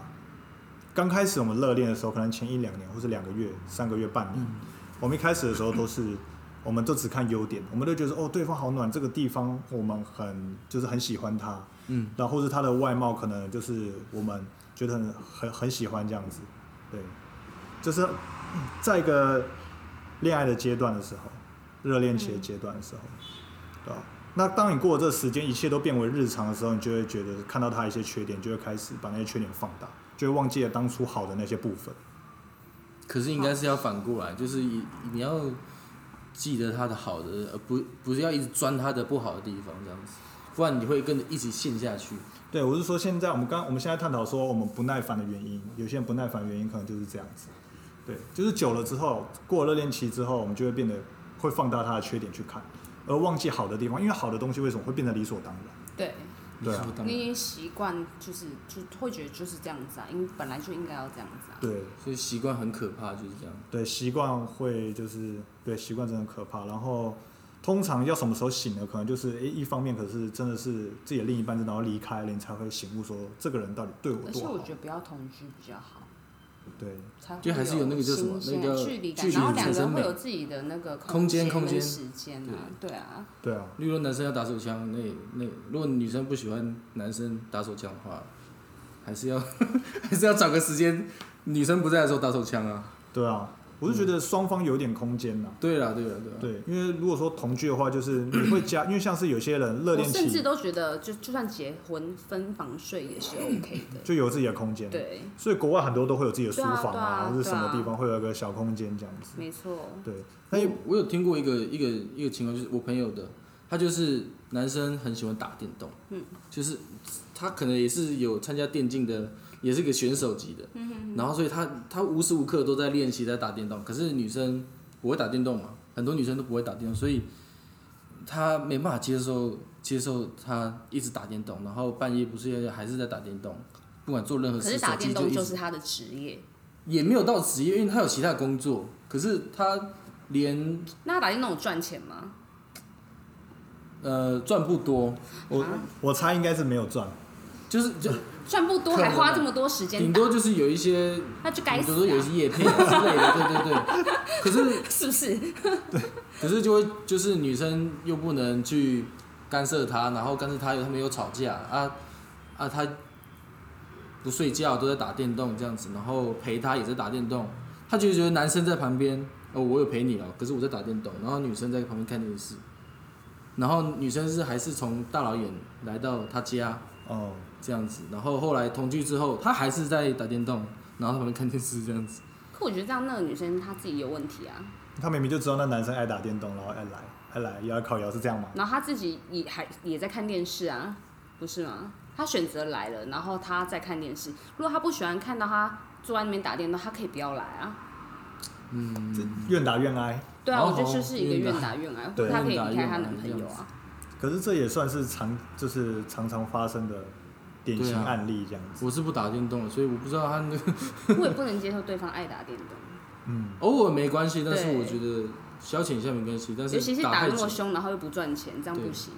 Speaker 2: 刚开始我们热恋的时候，可能前一两年或是两个月、三个月、半年，我们一开始的时候都是，我们都只看优点，我们都觉得说哦，对方好暖，这个地方我们很就是很喜欢他，
Speaker 3: 嗯，
Speaker 2: 然后或是他的外貌可能就是我们觉得很很很喜欢这样子，对，就是嗯在一个恋爱的阶段的时候，热恋期的阶段的时候，对吧？那当你过了这时间，一切都变为日常的时候，你就会觉得看到他一些缺点，就会开始把那些缺点放大，就会忘记了当初好的那些部分。
Speaker 3: 可是应该是要反过来，就是以你要记得他的好的，而不不是要一直钻他的不好的地方，这样子，不然你会跟着一起陷下去。
Speaker 2: 对，我是说现在我们刚我们现在探讨说我们不耐烦的原因，有些人不耐烦的原因可能就是这样子，对，就是久了之后，过了热恋期之后，我们就会变得会放大他的缺点去看，而忘记好的地方，因为好的东西为什么会变得理所当然？
Speaker 1: 对，
Speaker 2: 对
Speaker 3: 理
Speaker 2: 啊
Speaker 3: 所，当然
Speaker 1: 你已经习惯就是就会觉得就是这样子啊，因为本来就应该要这样子啊。
Speaker 2: 对
Speaker 3: 所以习惯很可怕，就是这样。
Speaker 2: 对，习惯会就是对习惯真的很可怕，然后。通常要什么时候醒呢？可能就是诶，一方面可是真的是自己的另一半真的要离开了，你才会醒悟说这个人到底对我
Speaker 1: 而
Speaker 2: 多
Speaker 1: 且
Speaker 2: 好。
Speaker 1: 我觉得不要同居比较好，
Speaker 2: 对，
Speaker 1: 才会
Speaker 3: 就还是有那个叫什么
Speaker 1: 新鲜
Speaker 3: 那个
Speaker 1: 距离感，
Speaker 3: 距离
Speaker 1: 然后两
Speaker 3: 产
Speaker 1: 个
Speaker 3: 生
Speaker 1: 人
Speaker 3: 美
Speaker 1: 会有自己的那个
Speaker 3: 空间空
Speaker 1: 跟
Speaker 3: 间
Speaker 1: 时间啊，对啊，
Speaker 2: 对啊，
Speaker 3: 例如男生要打手枪，那那如果女生不喜欢男生打手枪的话，还是要 还是要找个时间，女生不在的时候打手枪啊。
Speaker 2: 对啊，我是觉得双方有点空间呐、
Speaker 3: 对啦，对啦，对啦。
Speaker 2: 对，因为如果说同居的话，就是你会加，因为像是有些人热
Speaker 1: 我
Speaker 2: 恋
Speaker 1: 甚至
Speaker 2: 期
Speaker 1: 都觉得就就算结婚分房睡也是 OK 的，
Speaker 2: 就有自己的空间，，
Speaker 1: 对，
Speaker 2: 所以国外很多都会有自己的书
Speaker 1: 对啊
Speaker 2: 房
Speaker 1: 对啊
Speaker 2: 或者
Speaker 1: 对
Speaker 2: 什么
Speaker 1: 啊
Speaker 2: 地方会有一个小空间这样子，
Speaker 1: 没错，
Speaker 2: 对，那
Speaker 3: 我
Speaker 2: 也
Speaker 3: 我有听过一个一个一个情况，就是我朋友的，他就是男生很喜欢打电动，嗯，就是他可能也是有参加电竞的，也是个选手级的，嗯然后所以他他无时无刻都在练习在打电动，可是女生不会打电动嘛，很多女生都不会打电动，所以他没办法接受接受他一直打电动，然后半夜不睡觉还是在打电动，不管做任何
Speaker 1: 可
Speaker 3: 事，
Speaker 1: 是打
Speaker 3: 手机
Speaker 1: 电动
Speaker 3: 一直
Speaker 1: 就是他的职业，
Speaker 3: 也没有到职业，因为他有其他的工作，可是他连
Speaker 1: 那他打电动有赚钱吗？
Speaker 3: 呃，赚不多，
Speaker 2: 我我猜应该是没有赚，
Speaker 3: 就是就
Speaker 1: 赚不多还花这么多时间
Speaker 3: 啊顶
Speaker 1: 打，
Speaker 3: 多就是有一些，
Speaker 1: 那就该
Speaker 3: 顶
Speaker 1: 死、
Speaker 3: 多有一
Speaker 1: 啊，
Speaker 3: 些叶片啊之类的，对对对。可是
Speaker 1: 是不是？
Speaker 3: 可是就会就是女生又不能去干涉他，然后干涉他又他们又吵架啊啊，他不睡觉都在打电动这样子，然后陪他也在打电动，他就觉得男生在旁边哦，我有陪你哦，可是我在打电动，然后女生在旁边看电视，然后女生是还是从大老远来到他家，
Speaker 2: 哦、
Speaker 3: 这样子，然后后来同居之后，他还是在打电动，然后他们看电视这样子。
Speaker 1: 可我觉得这样那个女生她自己有问题啊，
Speaker 2: 他明明就知道那男生爱打电动，然后爱来爱来也要靠摇是这样吗？
Speaker 1: 然后她自己也还也在看电视啊，不是吗？她选择来了，然后她在看电视。如果她不喜欢看到她坐在那边打电动，她可以不要来啊。
Speaker 2: 这愿打愿挨，
Speaker 1: 对啊，
Speaker 3: 哦
Speaker 1: 我觉得就是一个
Speaker 3: 愿打
Speaker 1: 愿打愿挨，或
Speaker 2: 对
Speaker 1: 者她可以
Speaker 3: 啊愿打
Speaker 1: 离
Speaker 3: 愿
Speaker 1: 开
Speaker 3: 挨
Speaker 1: 她男朋友啊。
Speaker 2: 可可是这也算是常就是常常发生的典型
Speaker 3: 对啊
Speaker 2: 案例这样子。
Speaker 3: 我是不打电动的，所以我不知道他那个
Speaker 1: 我也不能接受对方爱打电动，
Speaker 2: 嗯，
Speaker 3: 偶尔没关系，但是
Speaker 1: 对
Speaker 3: 我觉得消遣一下没关系， 但
Speaker 1: 尤其
Speaker 3: 是
Speaker 1: 是打
Speaker 3: 太
Speaker 1: 那么
Speaker 3: 久，
Speaker 1: 凶，然后又不赚钱，这样不行。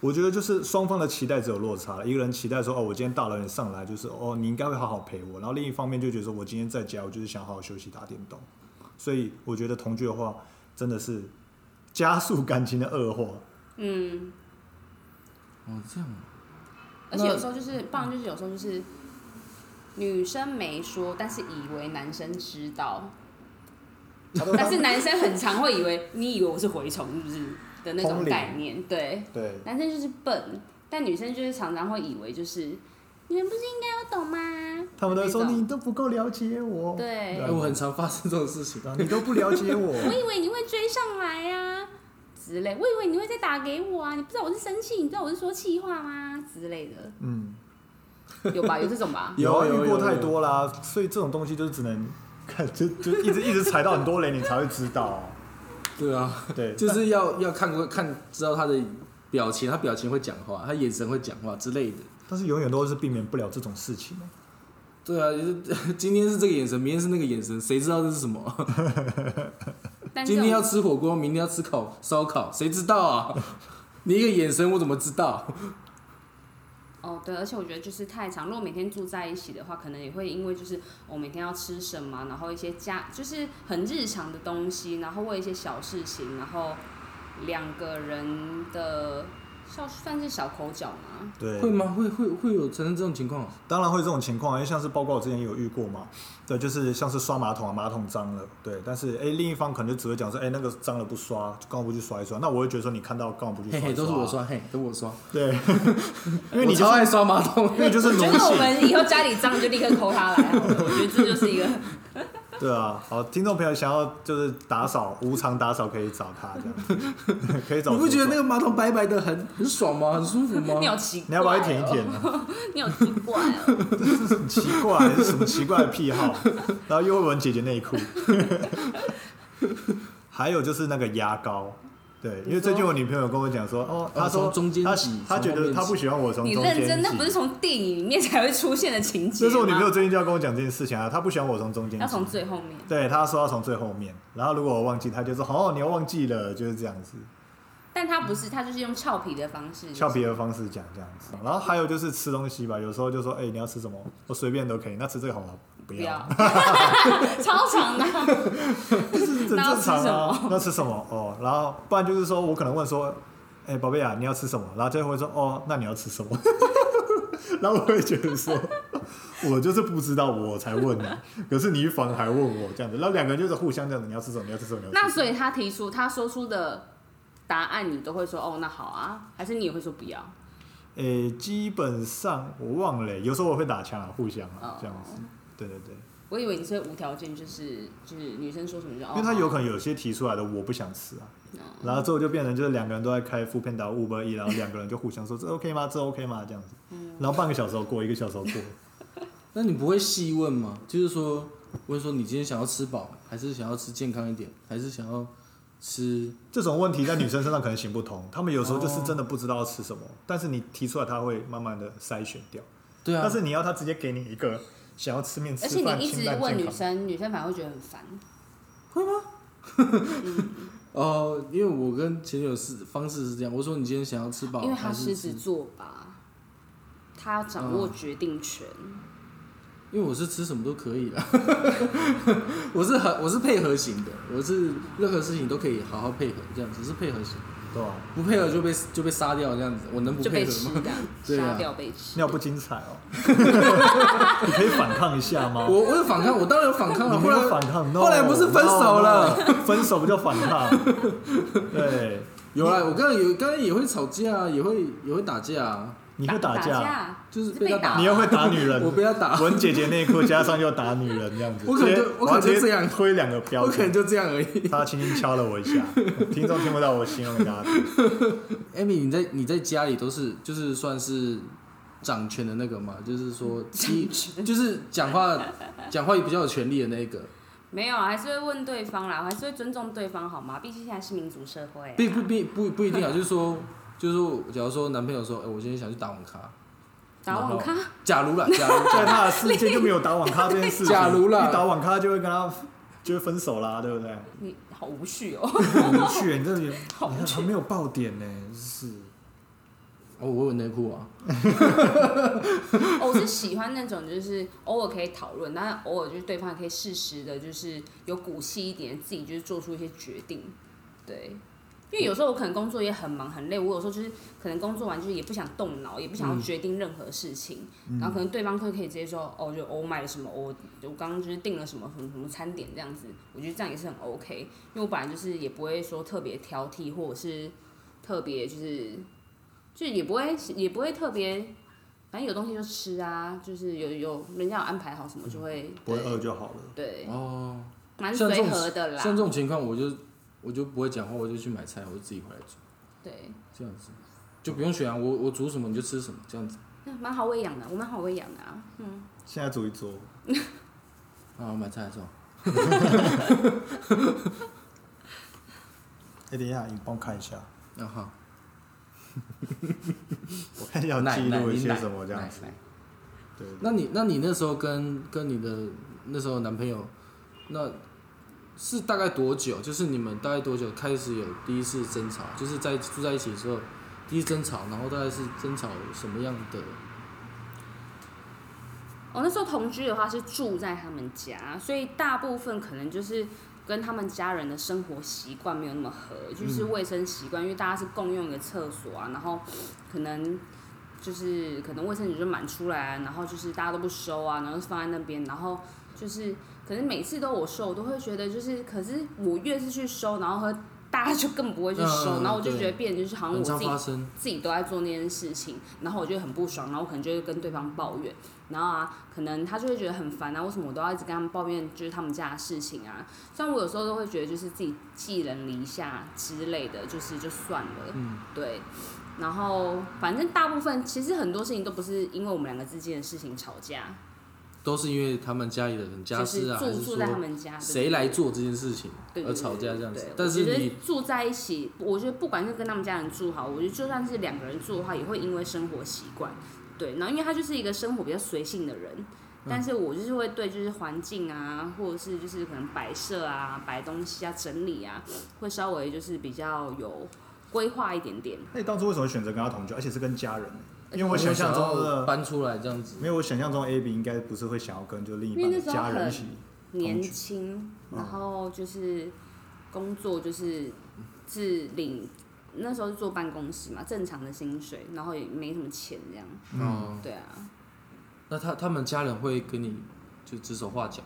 Speaker 2: 我觉得就是双方的期待只有落差了，一个人期待说哦，我今天大老远上来就是哦，你应该会好好陪我，然后另一方面就觉得说我今天在家，我就是想好好休息打电动，所以我觉得同居的话真的是加速感情的恶化。
Speaker 1: 嗯，
Speaker 3: 哦这样啊，
Speaker 1: 而且
Speaker 3: 那
Speaker 1: 有时候就是，不然就是有时候就是女生没说，但是以为男生知道，
Speaker 2: 他都
Speaker 1: 但是男生很常会以为你以为我是蛔虫是不是的那种概念？对，
Speaker 2: 对，
Speaker 1: 男生就是笨，但女生就是常常会以为就是你们不是应该要懂吗？
Speaker 2: 他们都说
Speaker 1: 那种
Speaker 2: 你都不够了解我，
Speaker 1: 对
Speaker 2: 对
Speaker 3: 哎，我很常发生这种 事情，
Speaker 2: 啊你都不了解我，
Speaker 1: 我以为你会追上来呀、之类，我以为你会再打给我啊，你不知道我是生气，你知道我是说气话吗？之类的，
Speaker 2: 嗯，
Speaker 1: 有吧？有这种吧？
Speaker 2: 有啊
Speaker 3: 有有
Speaker 2: 遇过
Speaker 3: 有
Speaker 2: 太
Speaker 3: 有
Speaker 2: 多啦，所以这种东西就是只能看，就就一直一直踩到很多雷，你才会知道啊、
Speaker 3: 对啊，
Speaker 2: 对，
Speaker 3: 就是要要看过看知道他的表情，他表情会讲话，他眼神会讲话之类的。
Speaker 2: 但是永远都是避免不了这种事情。
Speaker 3: 对啊， 就是今天是这个眼神，明天是那个眼神，谁知道这是什么？
Speaker 1: 但这
Speaker 3: 今
Speaker 1: 种
Speaker 3: 天要吃火锅，明天要吃烤烧烤，谁知道啊？ 你一个眼神，我怎么知道？
Speaker 1: 哦，对，而且我觉得就是太长，如果每天住在一起的话，可能也会因为就是我、哦每天要吃什么，啊然后一些家就是很日常的东西，然后为一些小事情，然后两个人的小算是小口角嘛。
Speaker 2: 对
Speaker 3: 会吗？会会会有产生这种情况？
Speaker 2: 当然会有这种情况，因为像是包括我之前也有遇过嘛，对，就是像是刷马桶啊，马桶脏了，对，但是哎、另一方可能就只会讲说，哎、那个脏了不刷，就干嘛不去刷一刷？那我会觉得说，你看到干嘛不去刷
Speaker 3: 嘿
Speaker 2: 一
Speaker 3: 嘿，都是我
Speaker 2: 啊，
Speaker 3: 刷，嘿，都我刷，
Speaker 2: 对，因为你
Speaker 3: 我
Speaker 2: 就
Speaker 3: 超
Speaker 2: 是
Speaker 3: 爱刷马桶
Speaker 2: 因。为就是
Speaker 1: 我
Speaker 2: 奴
Speaker 1: 觉得我
Speaker 2: 性，
Speaker 1: 们以后家里脏就立刻抠他来好了，我觉得这就是一个
Speaker 2: 哦对啊。好，听众朋友想要就是打扫无偿打扫可以找他这样子， 可以找。
Speaker 3: 你不觉得那？个马桶白白的很很爽吗？很舒服 吗
Speaker 1: 你？好奇怪、哦，
Speaker 2: 你要不要去舔一舔？呢？
Speaker 1: 你好奇怪哦，
Speaker 2: 很奇怪，这是什么奇怪的癖 好？然后又会闻姐姐内裤， 还有就是那个牙膏，对，因为最近我女朋友跟我讲说，哦，她说
Speaker 3: 从中间
Speaker 2: 她
Speaker 3: 挤
Speaker 2: 她
Speaker 3: 从
Speaker 2: 觉
Speaker 3: 后
Speaker 2: 得
Speaker 3: 面
Speaker 2: 她不喜欢我从
Speaker 1: 你
Speaker 2: 中
Speaker 1: 认
Speaker 2: 间
Speaker 1: 真，
Speaker 2: 挤
Speaker 1: 那，不是从电影里面才会出现的情节
Speaker 2: 这
Speaker 1: 吗？
Speaker 2: 是我女朋友最近就要跟我讲这件事情啊，她不喜欢我从中间
Speaker 1: 要
Speaker 2: 挤
Speaker 1: 从，最后面。
Speaker 2: 对，她说要从最后面，然后如果我忘记，她就说哦，你又忘记了，就是这样子，
Speaker 1: 但他不是，他就是用俏皮的方式。
Speaker 2: 俏皮的方式讲这样子。然后还有就是吃东西吧，有时候就说，哎，你要吃什么？我随便都可以，那吃这个好吗？不
Speaker 1: 不
Speaker 2: 要
Speaker 1: 要，。 超长的。
Speaker 2: 这
Speaker 1: 那要
Speaker 2: 正
Speaker 1: 吃
Speaker 2: 常
Speaker 1: 什
Speaker 2: 啊
Speaker 1: 么，
Speaker 2: 要吃什么哦，然后不然就是说我可能问说，哎、宝贝啊，你要吃什么？然后就会说，哦，那你要吃什么？ 然后我会觉得说，我就是不知道，我才问你，可是你反而还问我这样子，然后两个人就是互相这样子，你要吃什么？你要吃什么？你要吃什
Speaker 1: 那
Speaker 2: 么
Speaker 1: 所以他提出他说出的答案，你都会说哦，那好啊，还是你也会说不要？
Speaker 2: 诶、哎基本上我忘了、欸有时候我会打枪啊，互相啊
Speaker 1: 哦，
Speaker 2: 这样子，对对对，
Speaker 1: 我以为你是会无条件，就是就是女生说什么就哦，
Speaker 2: 因为他有可能有些提出来的我不想吃啊，
Speaker 1: 能
Speaker 2: 然后之后就变成就是两个人都在开副片打 Uber E，然后两个人就互相说这 OK 吗？这 OK 吗？这样子，
Speaker 1: 嗯
Speaker 2: 然后半个小时后过，一个小时后过，
Speaker 3: 那你不会细问吗？就是说，问说你今天想要吃饱，还是想要吃健康一点，还是想要吃？
Speaker 2: 这种问题在女生身上可能行不通，她们有时候就是
Speaker 3: 哦
Speaker 2: 真的不知道要吃什么，但是你提出来，她会慢慢的筛选掉。
Speaker 3: 对啊
Speaker 2: 但，是你要她直接给你一个想要吃面吃
Speaker 1: 而且
Speaker 2: 饭
Speaker 1: 你一
Speaker 2: 清
Speaker 1: 直
Speaker 2: 淡
Speaker 1: 问
Speaker 2: 健
Speaker 1: 女
Speaker 2: 康，
Speaker 1: 生，女生反而会觉得很烦。
Speaker 3: 哦、因为我跟前女友是方式是这样，我说你今天想要吃饱，
Speaker 1: 因为
Speaker 3: 哦还
Speaker 1: 他
Speaker 3: 是
Speaker 1: 狮
Speaker 3: 吃
Speaker 1: 子座吧，他要掌握
Speaker 3: 嗯
Speaker 1: 决定权。
Speaker 3: 因为我是吃什么都可以啦， 我是很我是配合型的，我是任何事情都可以好好配合，这样子是配合型，
Speaker 2: 对吧、啊
Speaker 3: 不配合就被就被杀掉这样子，我能不
Speaker 1: 就被
Speaker 3: 配合
Speaker 1: 吃
Speaker 3: 吗？
Speaker 1: 的，
Speaker 3: 对啊
Speaker 1: 杀掉被吃。
Speaker 2: 尿不精彩哦， 你可以反抗一下吗？
Speaker 3: 我我有反抗，我当然有反抗
Speaker 2: 你
Speaker 3: 了，
Speaker 2: 没
Speaker 3: 后来
Speaker 2: 有反抗，no,
Speaker 3: 后来不是分手了
Speaker 2: no, no，分手不叫反抗，对，
Speaker 3: 有啦，我刚才有刚才也会吵架啊，也会也会打架啊，
Speaker 2: 你会打架，
Speaker 3: 就是
Speaker 1: 是
Speaker 3: 被他
Speaker 1: 被打
Speaker 3: 打，
Speaker 2: 你又会打女人，
Speaker 3: 我被他 打，
Speaker 2: 闻姐姐内裤加上又打女人这样子，
Speaker 3: 我可能就
Speaker 2: 直接
Speaker 3: 我可
Speaker 2: 然后
Speaker 3: 能就
Speaker 2: 直接
Speaker 3: 这样
Speaker 2: 推两个标
Speaker 3: 我可能
Speaker 2: 准。
Speaker 3: 就这样而已。
Speaker 2: 他轻轻敲了我一 下，听众听不到我形容给他听。
Speaker 3: Amy，你在你在家里都是就是算是掌权的那个嘛，就是说第一就是讲话讲话也比较有权利的那一个，
Speaker 1: 没有啊，还是会问对方啦，我还是会尊重对方好吗？毕竟现在是民主社会啊、
Speaker 3: 并不并不不一定啊，就是说就是说假如说男朋友说，哎、我今天想去打网咖，
Speaker 1: 打网咖，
Speaker 3: 假如啦，假如
Speaker 2: 在他的世界就没有打网咖这件事情。
Speaker 3: 假如啦
Speaker 2: 一打网咖就会跟他就会分手啦，对不对？
Speaker 1: 你好无趣哦。
Speaker 2: 很无趣，你这里
Speaker 1: 好无
Speaker 2: 你还没有爆点呢，是
Speaker 3: 哦，我有内裤啊，
Speaker 1: 哦我是喜欢那种，就是偶尔可以讨论，但是偶尔就是对方也可以适时的，就是有骨气一点，自己就是做出一些决定。对，因为有时候我可能工作也很忙很累，我有时候就是可能工作完就是也不想动脑，也不想要决定任何事情，
Speaker 3: 嗯
Speaker 1: 然后可能对方就可以直接说，哦，就我买了什么，我我刚刚就是订了什么什么什么餐点这样子，我觉得这样也是很 OK，因为我本来就是也不会说特别挑剔，或者是特别就是。就也不会，也不会特别反正有东西就吃啊，就是有有人家有安排好什么就
Speaker 3: 嗯
Speaker 1: 会，
Speaker 2: 不会饿就好了。
Speaker 1: 对，
Speaker 3: 哦，
Speaker 1: 蛮
Speaker 3: 像这
Speaker 1: 随
Speaker 3: 种
Speaker 1: 和的
Speaker 3: 像
Speaker 1: 啦。
Speaker 3: 这种情况，我就我就不会讲话，我就去买菜，我就自己回来煮，
Speaker 1: 对，
Speaker 3: 这样子就不用选啊，我我煮什么你就吃什么，这样子
Speaker 1: 那蛮好喂养的，我们好喂养的啊。
Speaker 2: 现在煮一桌，
Speaker 3: 啊，买菜的时候，
Speaker 2: 哎、等一下，你帮我看一下，
Speaker 3: 啊哈，
Speaker 2: 我看一下我
Speaker 3: 奶
Speaker 2: 记
Speaker 3: 奶
Speaker 2: 录一
Speaker 3: 你
Speaker 2: 些
Speaker 3: 奶
Speaker 2: 什么这样
Speaker 3: 奶
Speaker 2: 子
Speaker 3: 奶。
Speaker 2: 对，
Speaker 3: 那你那你那时候跟跟你的那时候男朋友，那是大概多久？就是你们大概多久开始有第一次争吵？就是在住在一起的时候，第一次争吵，然后大概是争吵什么样的？
Speaker 1: 我、哦那时候同居的话是住在他们家，所以大部分可能就是跟他们家人的生活习惯没有那么合，就是卫生习惯，因为大家是共用一个厕所啊，然后可能就是可能卫生纸就满出来啊、然后就是大家都不收啊，然后就放在那边，然后就是可能每次都我收，我都会觉得就是，可是我越是去收，然后和大家就更不会去收，
Speaker 3: 嗯
Speaker 1: 然后我就
Speaker 3: 对
Speaker 1: 觉得变成就是好像
Speaker 3: 很
Speaker 1: 我
Speaker 3: 常
Speaker 1: 自己
Speaker 3: 发生，
Speaker 1: 自己都在做那件事情，然后我就很不爽，然后我可能就会跟对方抱怨，然后啊，可能他就会觉得很烦啊，为什么我都要一直跟他们抱怨，就是他们家的事情啊？虽然我有时候都会觉得就是自己寄人篱下之类的，就是就算了，
Speaker 3: 嗯，
Speaker 1: 对。然后反正大部分其实很多事情都不是因为我们两个之间的事情吵架，
Speaker 3: 都是因为他们家里的人家事啊，
Speaker 1: 就
Speaker 3: 还
Speaker 1: 是
Speaker 3: 是
Speaker 1: 住住在他
Speaker 3: 说
Speaker 1: 们家，对
Speaker 3: 谁来做这件事情
Speaker 1: 对
Speaker 3: 而吵架这样子
Speaker 1: 对对？
Speaker 3: 但
Speaker 1: 我觉
Speaker 3: 是
Speaker 1: 得
Speaker 3: 你
Speaker 1: 住在一起，我觉得不管是跟他们家人住好，我觉得就算是两个人住的话，也会因为生活习惯，对。然后因为他就是一个生活比较随性的人，
Speaker 3: 嗯
Speaker 1: 但是我就是会对就是环境啊，或者是就是可能摆设啊、摆东西啊、整理啊，会稍微就是比较有规划一点点。
Speaker 2: 那哎你当初为什么选择跟他同居，而且是跟家人？
Speaker 3: 哎
Speaker 2: 因为我想象中
Speaker 3: 要
Speaker 2: 的，
Speaker 3: 搬出来这样子，
Speaker 2: 没有我想象中 A B 应该不是会想要跟就另一
Speaker 1: 因
Speaker 2: 半
Speaker 1: 为
Speaker 2: 的
Speaker 1: 那时候
Speaker 2: 家人一起。
Speaker 1: 年轻，
Speaker 3: 嗯
Speaker 1: 然后就是工作就是自领，那时候是坐办公室嘛，正常的薪水，然后也没什么钱这样。
Speaker 3: 嗯，
Speaker 1: 对啊，
Speaker 3: 那他他们家人会跟你就指手画脚，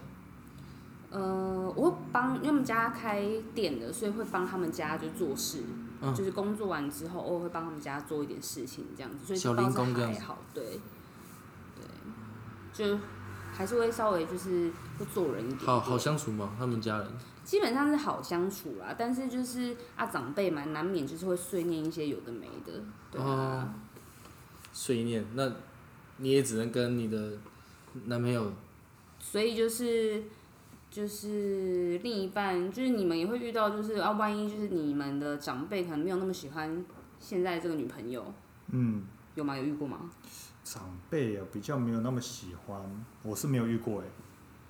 Speaker 1: 呃，我会帮，因为我们家开店的，所以会帮他们家就做事，
Speaker 3: 嗯
Speaker 1: 就是工作完之后，偶尔会帮他们家做一点事情这样子，所
Speaker 3: 小
Speaker 1: 以
Speaker 3: 零
Speaker 1: 倒
Speaker 3: 工
Speaker 1: 是
Speaker 3: 这样
Speaker 1: 还
Speaker 3: 子
Speaker 1: 好，对，对，就还是会稍微就是会做人一点点
Speaker 3: 好好相处吗？他们家人？
Speaker 1: 基本上是好相处啦，但是就是啊，长辈嘛，难免就是会碎念一些有的没的，对
Speaker 3: 哦
Speaker 1: 啊，
Speaker 3: 碎念，那你也只能跟你的男朋友，
Speaker 1: 所以就是就是另一半，就是你们也会遇到，就是啊，万一就是你们的长辈可能没有那么喜欢现在这个女朋友，
Speaker 2: 嗯，
Speaker 1: 有吗？有遇过吗？
Speaker 2: 长辈啊比较没有那么喜欢，我是没有遇过哎、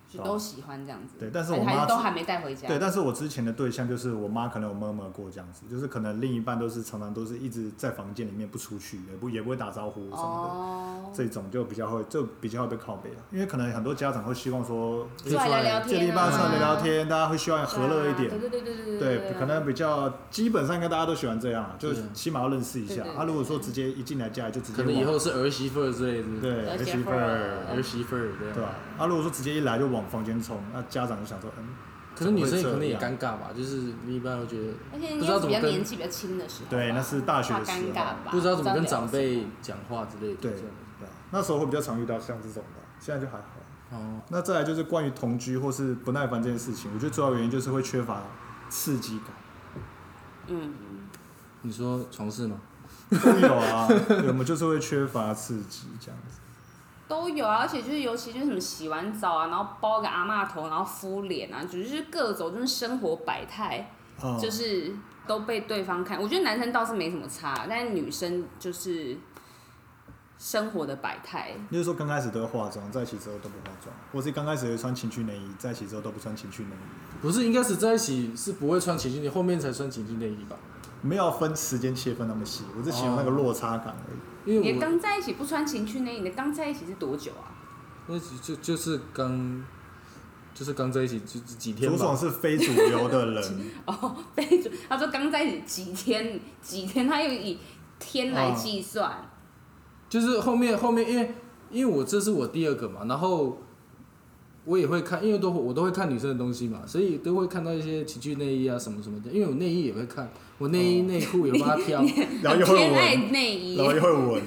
Speaker 1: 就都喜欢这样子，
Speaker 2: 对但是
Speaker 1: 还
Speaker 2: 我
Speaker 1: 还
Speaker 2: 妈
Speaker 1: 都
Speaker 2: 是
Speaker 1: 还没带回家，
Speaker 2: 对，但是我之前的对象就是我妈，可能有 murmur 过这样子，就是可能另一半都是常常都是一直在房间里面不出去，也不也不会打招呼什么的，
Speaker 1: 哦，
Speaker 2: 这种就比较会就比较会被靠背了，因为可能很多家长会希望说
Speaker 3: 可以
Speaker 1: 出来
Speaker 3: 出来
Speaker 1: 聊聊
Speaker 2: 见另
Speaker 1: 天
Speaker 2: 一
Speaker 1: 啊，
Speaker 2: 半出来聊聊天，大家会希望和乐一
Speaker 1: 对
Speaker 2: 点
Speaker 1: 啊，对对对对对
Speaker 2: 对，可能比较基本上应该大家都喜欢这样啊，就是
Speaker 3: 对
Speaker 2: 起码要认识一
Speaker 1: 对
Speaker 2: 下
Speaker 1: 对。
Speaker 2: 啊，如果说直接一进来家里就直接
Speaker 3: 可能以
Speaker 2: 往
Speaker 3: 后是儿媳妇儿之类的，
Speaker 2: 对
Speaker 1: 儿
Speaker 2: 儿
Speaker 1: 媳
Speaker 2: 媳
Speaker 1: 妇
Speaker 2: 妇
Speaker 1: 儿
Speaker 2: 儿
Speaker 3: 儿媳妇儿这
Speaker 2: 对
Speaker 3: 样。
Speaker 2: 吧？啊，如果说直接一来就往房间冲，那家长就想说，嗯，
Speaker 3: 可是女生可能也
Speaker 2: 怎么
Speaker 3: 尴尬吧，就是你一般会觉得
Speaker 1: 而且应
Speaker 3: 不知道
Speaker 1: 该是
Speaker 3: 怎
Speaker 1: 比
Speaker 3: 么
Speaker 1: 较
Speaker 3: 跟
Speaker 1: 年纪比较轻的时候吧，
Speaker 2: 对那是大学
Speaker 1: 怕
Speaker 2: 的时候
Speaker 1: 尴尬吧，
Speaker 3: 不知道怎么跟长
Speaker 1: 不知道聊什
Speaker 3: 辈
Speaker 1: 么
Speaker 3: 讲话之类的，
Speaker 2: 对
Speaker 3: 这样
Speaker 2: 对啊那时候会比较常遇到像这种的，现在就还好。
Speaker 3: 哦，
Speaker 2: 那再来就是关于同居或是不耐烦这件事情，我觉得主要原因就是会缺乏刺激感。
Speaker 1: 嗯。
Speaker 3: 你说床事吗？
Speaker 2: 都有啊，对我们就是会缺乏刺激这样子。
Speaker 1: 都有啊，而且就是尤其就是什么洗完澡啊，然后包个阿嬷头，然后敷脸啊，就是各种就是生活百态，
Speaker 2: 嗯
Speaker 1: 就是都被对方看。我觉得男生倒是没什么差，但是女生就是生活的百态。
Speaker 2: 就是说刚开始都要化妆，在一起之后都不化妆，或是刚开始会穿情趣内衣，在一起之后都不穿情趣内衣，
Speaker 3: 不是应该是在一起是不会穿情趣内衣，后面才穿情趣内衣吧？
Speaker 2: 没有分时间切分那么细，我是喜欢那个落差感而已。
Speaker 3: 因为
Speaker 1: 你
Speaker 3: 我
Speaker 1: 刚在一起不穿情趣内衣，你刚在一起是多久啊？
Speaker 3: 那就就是刚就是刚在一起就就几天
Speaker 2: 竹
Speaker 3: 吧
Speaker 2: 爽，是非主流的 人，
Speaker 1: 哦，被主他说刚在一起几天，几天他又以天来计算。
Speaker 3: 就是后面后面因为因为我这是我第二个嘛，然后我也会看，因为都我都会看女生的东西嘛，所以都会看到一些情趣内衣啊什么什么的，因为我内衣也会看，我内衣
Speaker 2: 哦
Speaker 3: 内裤也帮她挑，
Speaker 2: 嗯然后又会
Speaker 1: 偏爱
Speaker 2: 闻，
Speaker 1: 内衣
Speaker 2: 然，后又会闻，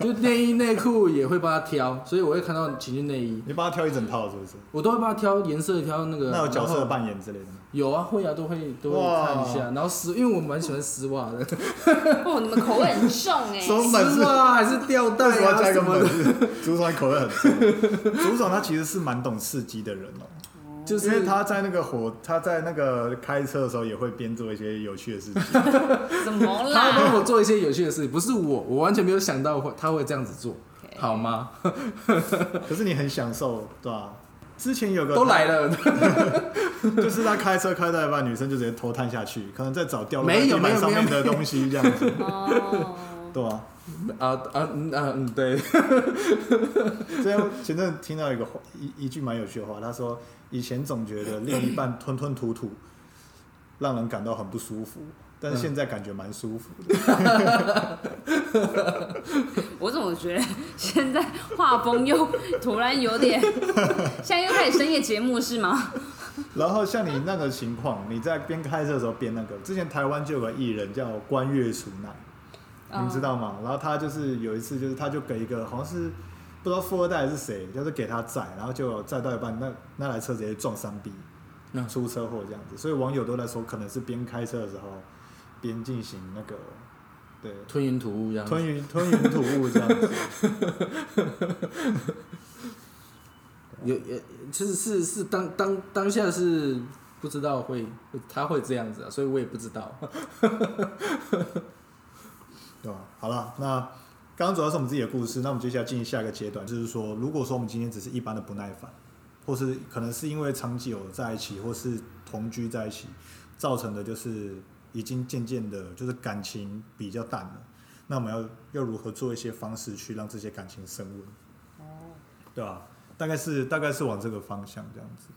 Speaker 3: 就内衣内裤也会帮她挑，所以我会看到情趣内衣，
Speaker 2: 你帮他挑一整套是不是？
Speaker 3: 我都会帮她挑颜色，挑那个
Speaker 2: 那有角
Speaker 3: 然
Speaker 2: 色
Speaker 3: 后
Speaker 2: 扮演之类的吗？
Speaker 3: 有啊，会啊，都会都会
Speaker 2: 哇
Speaker 3: 看一下。然后丝，因为我蛮喜欢丝 袜的，
Speaker 1: 哦，你们口味很重哎、
Speaker 2: 什么本
Speaker 3: 丝
Speaker 2: 事？
Speaker 3: 袜还是吊带
Speaker 2: 为什么要
Speaker 3: 啊
Speaker 2: 加一个
Speaker 3: 什么
Speaker 2: 门
Speaker 3: 的，
Speaker 2: 字？ 竹爽口味很重，竹爽他其实是蛮懂刺激的人哦、
Speaker 3: 就
Speaker 2: 因
Speaker 3: 是
Speaker 2: 为他在那个火，他在那个开车的时候也会边做一些有趣的事情。
Speaker 1: 怎么
Speaker 3: 他会帮
Speaker 1: 啦？
Speaker 3: 我做一些有趣的事情，不是我，我完全没有想到会他会这样子做，
Speaker 1: OK
Speaker 3: 好吗？
Speaker 2: 可是你很享受，对吧、之前有个
Speaker 3: 都来了，
Speaker 2: 就是他开车开到一半，女生就直接偷探下去，可能在找掉落在
Speaker 3: 没
Speaker 2: 地
Speaker 3: 有
Speaker 2: 板上
Speaker 3: 没有
Speaker 2: 面的东西这样子，
Speaker 1: 哦，
Speaker 2: 对吧、
Speaker 3: 啊啊嗯啊嗯，对，
Speaker 2: 之前前阵听到一个话一一句蛮有趣的话，他说以前总觉得另一半吞吞吐吐，让人感到很不舒服，但是现在感觉蛮舒服的。
Speaker 1: 我怎么觉得现在画风又突然有 点，现在又开始深夜节目是吗？
Speaker 2: 然后像你那个情况，你在边开车的时候边那个，之前台湾就有个艺人叫关月淑奈，
Speaker 3: 嗯
Speaker 2: 你们知道吗？然后他就是有一次，就是他就给一个好像是不知道富二代还是谁，就是给他载，然后就载到一半，那那台车直接撞山壁，
Speaker 3: 嗯
Speaker 2: 出车祸这样子。所以网友都在说，可能是边开车的时候边进行那个对
Speaker 3: 吞云吐雾一样。
Speaker 2: 吞云吞云吐雾这样子。
Speaker 3: 有也其实是是当当当下是不知道会会他会这样子啊，所以我也不知道。
Speaker 2: 对吧？好了，那刚刚主要是我们自己的故事，那我们接下来进行下一个阶段，就是说，如果说我们今天只是一般的不耐烦，或是可能是因为长久在一起，或是同居在一起造成的，就是已经渐渐的，就是感情比较淡了，那我们要要如何做一些方式去让这些感情升温？对吧？大概是大概是往这个方向这样子。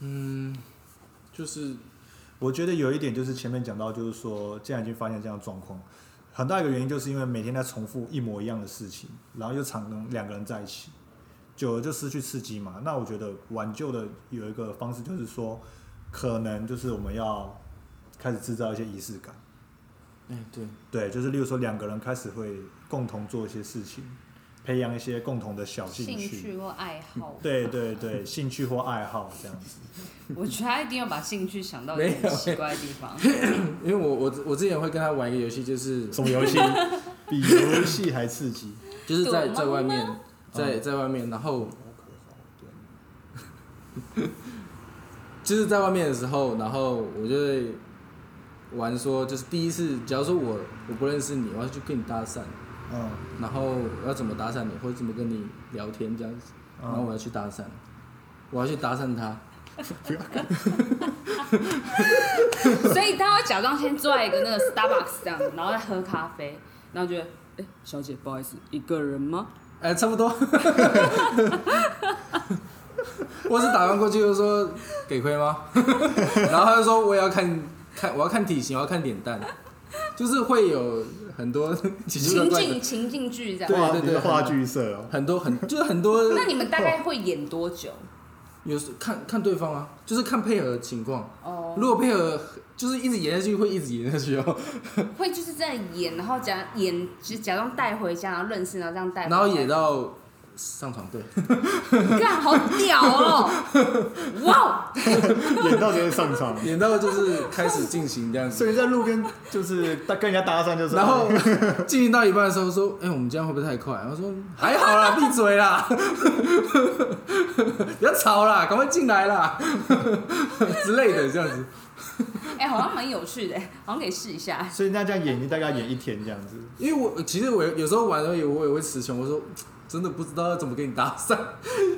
Speaker 3: 嗯，就是
Speaker 2: 我觉得有一点就是前面讲到，就是说，既然已经发现这样的状况，很大一个原因就是因为每天在重复一模一样的事情，然后又常跟两个人在一起，久了就失去刺激嘛。那我觉得挽救的有一个方式就是说，可能就是我们要开始制造一些仪式感，
Speaker 3: 哎、对，
Speaker 2: 对，就是例如说两个人开始会共同做一些事情，培养一些共同的小兴
Speaker 1: 哦兴
Speaker 2: 趣，嗯
Speaker 1: 趣或爱好，
Speaker 2: 对对对，兴趣或爱好这样子。
Speaker 1: 我觉得他一定要把兴趣想到
Speaker 3: 没
Speaker 1: 一
Speaker 3: 有
Speaker 1: 个很奇怪的地方。
Speaker 3: 因为我我我之前会跟他玩一个游戏，就是
Speaker 2: 什么游戏 比游戏还刺激？
Speaker 3: 就是
Speaker 1: 躲
Speaker 3: 在
Speaker 1: 猫
Speaker 3: 在外面
Speaker 1: 猫，
Speaker 3: 在在外面，然后 就是在外面的时候，然后我就会玩说，就是第一次，假如说我我不认识你，我要去跟你搭讪，
Speaker 2: 嗯。
Speaker 3: 然后要怎么搭讪你，或者怎么跟你聊天这样子，然后我
Speaker 2: 嗯，
Speaker 3: 要去搭讪，我要去搭讪他，
Speaker 1: 所以他会假装先坐在一个那个 Starbucks 这样子，然后再喝咖啡，然后觉得，哎、小姐，不好意思，一个人吗？
Speaker 3: 哎、差不多。 我是打完过去就说给亏吗？ 然后他就说我也要看看，我要看体型，我要看脸蛋，就是会有很多奇奇怪
Speaker 1: 情
Speaker 3: 怪的
Speaker 1: 境，情境剧这样。
Speaker 3: 对
Speaker 2: 话
Speaker 3: 对
Speaker 2: 你是话剧社哦，
Speaker 3: 很多很就是很多
Speaker 1: 那你们大概会演多久？
Speaker 3: 有时看看对方啊，就是看配合情况。
Speaker 1: 哦、
Speaker 3: 如果配合就是一直演下去，会一直演下去哦。
Speaker 2: 嗯
Speaker 1: 会就是这样演，然后假演就假装带回家，然后认识，然后这样带回家，
Speaker 3: 然后演到上床对，
Speaker 1: 干好屌哦！哇，哦
Speaker 2: 演到直接上场，
Speaker 3: 演到就是开始进行这样 子。
Speaker 2: 所以在路边就是搭跟人家搭讪，就是
Speaker 3: 然后进行到一半的时候说：“哎、我们这样会不会太快？”然后说：“还好啦，闭嘴啦，不要吵啦，赶快进来啦之类的这样子。
Speaker 1: 哎、好像蛮有趣的，好像可以试一下。
Speaker 2: 所以那这样演，你大概演一天这样子。
Speaker 3: 因为我其实我有时候玩而已，我也会词穷，我说真的不知道要怎么跟你搭讪，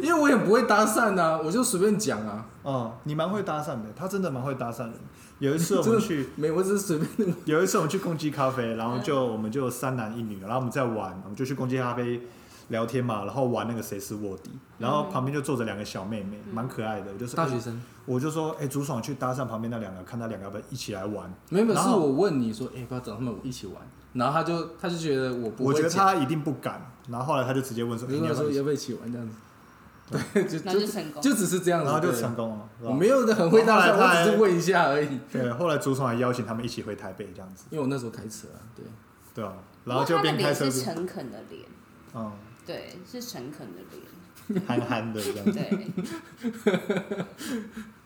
Speaker 3: 因为我也不会搭讪啊，我就随便讲啊，
Speaker 2: 哦、你蛮会搭讪的，他真的蛮会搭讪的。有一次我们 去，
Speaker 3: 没有，我只是随便。
Speaker 2: 有一次我们去公鸡咖啡，然后就我们就三男一女，然后我们在玩，我们就去公鸡咖啡聊天嘛，然后玩那个谁是卧底，然后旁边就坐着两个小妹妹，蛮可爱的。我就说，
Speaker 3: 大学
Speaker 2: 哎
Speaker 3: 生，
Speaker 2: 我就说，哎、朱爽去搭讪旁边那两个，看他两个要不要一起来玩。
Speaker 3: 没有，没有
Speaker 2: 然
Speaker 3: 是
Speaker 2: 后
Speaker 3: 我问你说，哎、要不要找他们一起玩？然后他就他就觉得我不
Speaker 2: 我觉
Speaker 3: 会
Speaker 2: 得
Speaker 3: 讲，
Speaker 2: 他一定不敢，然后后来他就直接问说，哎、
Speaker 3: 我就
Speaker 2: 你
Speaker 3: 跟
Speaker 2: 要
Speaker 3: 他
Speaker 2: 不要
Speaker 3: 说
Speaker 2: 一起
Speaker 3: 要？不要一起玩这样子，对，就
Speaker 1: 然后就
Speaker 3: 就
Speaker 1: 成功，
Speaker 3: 就只是这样
Speaker 2: 然
Speaker 3: 子，
Speaker 2: 后就
Speaker 3: 对
Speaker 2: 成功了。是吧
Speaker 3: 我没有的很会搭讪，
Speaker 2: 后来他还
Speaker 3: 我只是问一下而已，
Speaker 2: 对，后来朱爽还邀请他们一起回台北这样子，
Speaker 3: 因为我那时候开车啊，对，
Speaker 2: 对啊，然后就
Speaker 1: 不过他
Speaker 2: 边
Speaker 1: 的脸
Speaker 2: 开车
Speaker 1: 是
Speaker 2: 边
Speaker 1: 诚恳的脸，
Speaker 2: 嗯，
Speaker 1: 对，是诚恳的 脸，
Speaker 2: 憨憨的这样子。
Speaker 1: 对。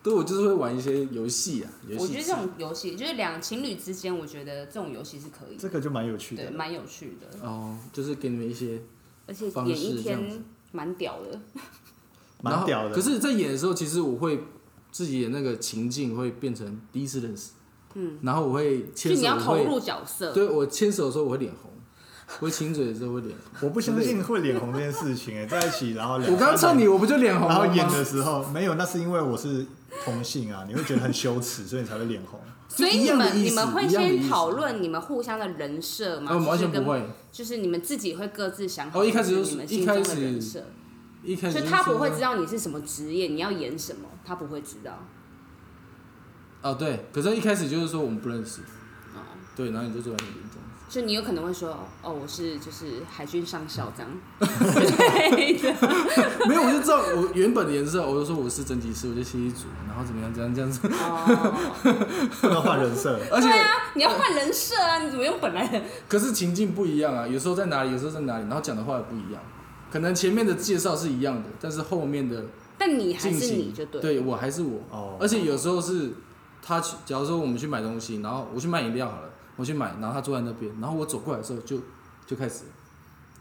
Speaker 3: 对我就是会玩一些游戏啊，游戏
Speaker 1: 我觉得这种游戏就是两情侣之间，我觉得这种游戏是可以
Speaker 2: 这
Speaker 1: 的，
Speaker 2: 个就蛮有趣
Speaker 1: 对，
Speaker 2: 的。
Speaker 1: 蛮有趣的，
Speaker 3: 哦，就是给你们一些
Speaker 1: 而且
Speaker 3: 方
Speaker 1: 演一
Speaker 3: 式这样子
Speaker 1: 天蛮屌的。
Speaker 3: 然
Speaker 2: 蛮
Speaker 3: 后
Speaker 2: 屌的。
Speaker 3: 可是，在演的时候，其实我会自己的那个情境会变成第一次认识，嗯，然后我会
Speaker 1: 就
Speaker 3: 牵
Speaker 1: 你
Speaker 3: 手，
Speaker 1: 要
Speaker 3: 我
Speaker 1: 投
Speaker 3: 会
Speaker 1: 入角色，
Speaker 3: 对我牵手的时候我会脸红，我亲嘴的时候 会脸红。
Speaker 2: 我不相信会脸红这件事情、 哎，在一起然后两
Speaker 3: 我刚刚
Speaker 2: 三
Speaker 3: 唱
Speaker 2: 年
Speaker 3: 你，我不就脸红
Speaker 2: 然后
Speaker 3: 了
Speaker 2: 演
Speaker 3: 吗？
Speaker 2: 的时候没有，那是因为我是同性啊，你会觉得很羞耻，所以你才会脸红。
Speaker 1: 所以
Speaker 3: 就一
Speaker 1: 你
Speaker 3: 样的
Speaker 1: 们
Speaker 3: 意
Speaker 1: 你
Speaker 3: 思
Speaker 1: 们会
Speaker 3: 一样的意
Speaker 1: 先
Speaker 3: 思
Speaker 1: 讨论你们互相的人设吗？
Speaker 3: 呃，完全
Speaker 1: 就是跟
Speaker 3: 不，会，
Speaker 1: 就是你们自己会各自想好，
Speaker 3: 哦一开始就是
Speaker 1: 你们心中
Speaker 3: 一
Speaker 1: 的
Speaker 3: 开始
Speaker 1: 人设，
Speaker 3: 一开始
Speaker 1: 所以
Speaker 3: 就
Speaker 1: 他
Speaker 3: 说
Speaker 1: 不会知道你是什么职业，你要演什么，他不会知道。
Speaker 3: 哦，对，可是一开始就是说我们不认识，
Speaker 1: 哦，
Speaker 3: 对，然后你就坐在那边这样子。
Speaker 1: 就你有可能会说，哦，我是就是海军上校这样之类 的，
Speaker 3: 没有，我就知道我原本的颜色，我就说我是整体师，我就星一组，然后怎么样，怎样，这样子。
Speaker 1: 哦，
Speaker 2: 不能换人设，
Speaker 3: 而且，
Speaker 1: 你要换人设啊！你怎么用本来的？
Speaker 3: 可是情境不一样啊，有时候在哪里，有时候在哪里，然后讲的话也不一样。可能前面的介绍是一样的，但是后面的
Speaker 1: 但你还
Speaker 3: 进
Speaker 1: 是你
Speaker 3: 行，
Speaker 1: 就对。
Speaker 3: 对我还是我。
Speaker 2: 哦
Speaker 3: 而且有时候是他去，假如说我们去买东西，然后我去买饮料好了，我去买，然后他坐在那边，然后我走过来的时候就就开始了，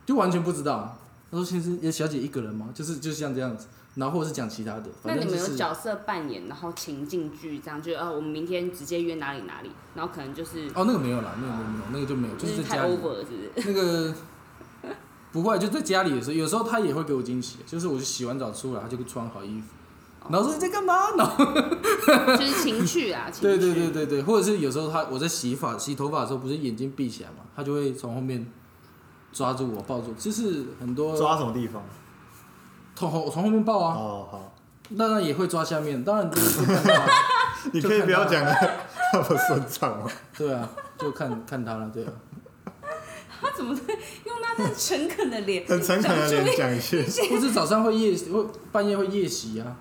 Speaker 3: 就完全不知道。他说：“先生，也小姐一个人吗？”就是就是像这样子，然后或者是讲其他的，
Speaker 1: 那
Speaker 3: 反
Speaker 1: 你
Speaker 3: 正就
Speaker 1: 们有
Speaker 3: 是
Speaker 1: 角色扮演，然后情境剧这样，就呃，我们明天直接约哪里哪里，然后可能就是
Speaker 3: 哦，那个没有啦，那个没有没有，那个就没有，就
Speaker 1: 就是是
Speaker 3: 在
Speaker 1: 太
Speaker 3: 家里。
Speaker 1: over 了，是不是？
Speaker 3: 那个不会，就在家里的时候，有时候他也会给我惊喜，就是我就洗完澡出来，他就穿好衣服，
Speaker 1: 哦
Speaker 3: 然后说你在干嘛？然后
Speaker 1: 就是 情趣啊，情
Speaker 3: 对
Speaker 1: 趣。
Speaker 3: 对对对对，或者是有时候他我在洗发洗头发的时候，不是眼睛闭起来嘛，他就会从后面抓住我抱住我，就是很多
Speaker 2: 抓什么地方？
Speaker 3: 从后从后面抱啊，
Speaker 2: 哦，好，
Speaker 3: 当然也会抓下面，当然就是
Speaker 2: 你可以不要讲的那么顺畅哦。，
Speaker 3: 对啊，就看看他了，对啊，
Speaker 1: 他怎么会用他那诚恳的脸
Speaker 2: 很诚恳的
Speaker 1: 讲出
Speaker 2: 脸讲一些。
Speaker 3: 或者早上会夜会半夜会夜袭啊，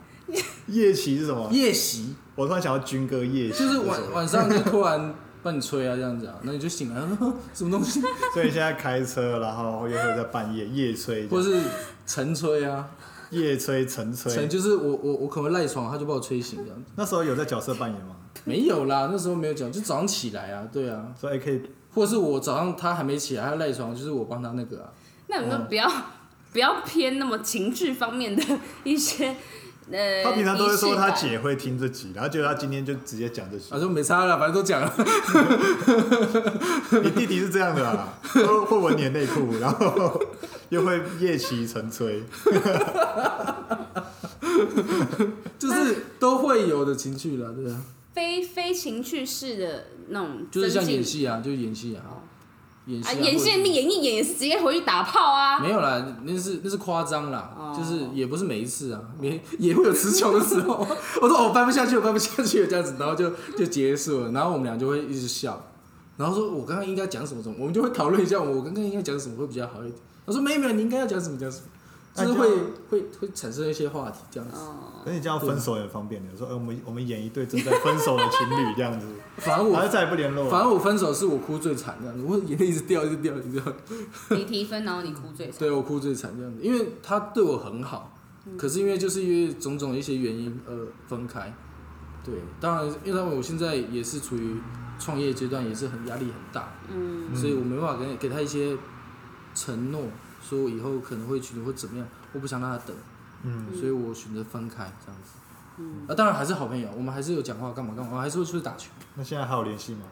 Speaker 2: 夜骑是什么？
Speaker 3: 夜袭
Speaker 2: 我突然想到军歌夜骑，
Speaker 3: 就是
Speaker 2: 什
Speaker 3: 晚
Speaker 2: 么
Speaker 3: 晚上就突然帮你吹啊这样子啊，那你就醒来， 呵什么 东西？
Speaker 2: 所以现在开车，然后又会在半夜夜吹这
Speaker 3: 或
Speaker 2: 样，
Speaker 3: 是晨吹啊，
Speaker 2: 夜吹晨
Speaker 3: 晨
Speaker 2: 吹。
Speaker 3: 就是我我我可能会赖床，他就把我吹醒这样子。
Speaker 2: 那时候有在角色扮演吗？
Speaker 3: 没有啦，那时候没有讲，就早上起来啊，对啊，
Speaker 2: 所以可以
Speaker 3: 或是我早上他还没起来，他赖床，就是我帮他那个啊。
Speaker 1: 那有没
Speaker 2: 嗯
Speaker 1: 有不要 不要偏那么情趣方面的一些呃？
Speaker 2: 他平常都会说他
Speaker 1: 仪式感。
Speaker 2: 姐会听这集，然后结果他今天就直接讲这集
Speaker 3: 啊，。就没差了，反正都讲了。
Speaker 2: 你弟弟是这样的啦， 会会闻你的内裤，然后又会夜骑晨吹。
Speaker 3: 就是都会有的情绪了，对啊，
Speaker 1: 非非情趣式的那种增进，
Speaker 3: 就是像演戏啊，就演戏啊
Speaker 1: 哦，
Speaker 3: 演戏、
Speaker 1: 啊，
Speaker 3: 啊，
Speaker 1: 演戏
Speaker 3: 或者
Speaker 1: 你演一演也是直接回去打炮啊。
Speaker 3: 没有啦，那是那是夸张啦，
Speaker 1: 哦
Speaker 3: 就是也不是每一次啊，也也会有词穷的时候。 我说我哦掰不下去，我掰不下去这样子，然后就就结束了，然后我们俩就会一直笑，然后说我刚刚应该讲什么什么，我们就会讨论一下我刚刚应该讲什么会比较好一点。他说没有没有，你应该要讲什么讲什么，
Speaker 2: 那
Speaker 3: 就
Speaker 2: 就是
Speaker 3: 会会会产生一些话题这样子。
Speaker 1: 哦，
Speaker 2: 可是你这样分手也很方便的，说，哎、我们我们演一对正在分手的情侣这样子，
Speaker 3: 反
Speaker 2: 然
Speaker 3: 正
Speaker 2: 后
Speaker 3: 我
Speaker 2: 再也不联络
Speaker 3: 反
Speaker 2: 了。
Speaker 3: 正我分手是我哭最惨这样子，我眼泪一直掉一直掉一直掉，
Speaker 1: 你提分，然后你哭最惨。
Speaker 3: 对我哭最惨这样子，因为他对我很好，
Speaker 1: 嗯
Speaker 3: 可是因为就是因为种种一些原因而分开。对，当然，因为他们我现在也是处于创业阶段，也是很压力很大，
Speaker 1: 嗯，
Speaker 3: 所以我没办法给给他一些承诺，说我以后可能会娶你或怎么样，我不想让他等，
Speaker 2: 嗯，
Speaker 3: 所以我选择分开这样子。
Speaker 1: 嗯，
Speaker 3: 啊，当然还是好朋友，我们还是有讲话干嘛干嘛，还是会出去打球。
Speaker 2: 那现在还有联系吗？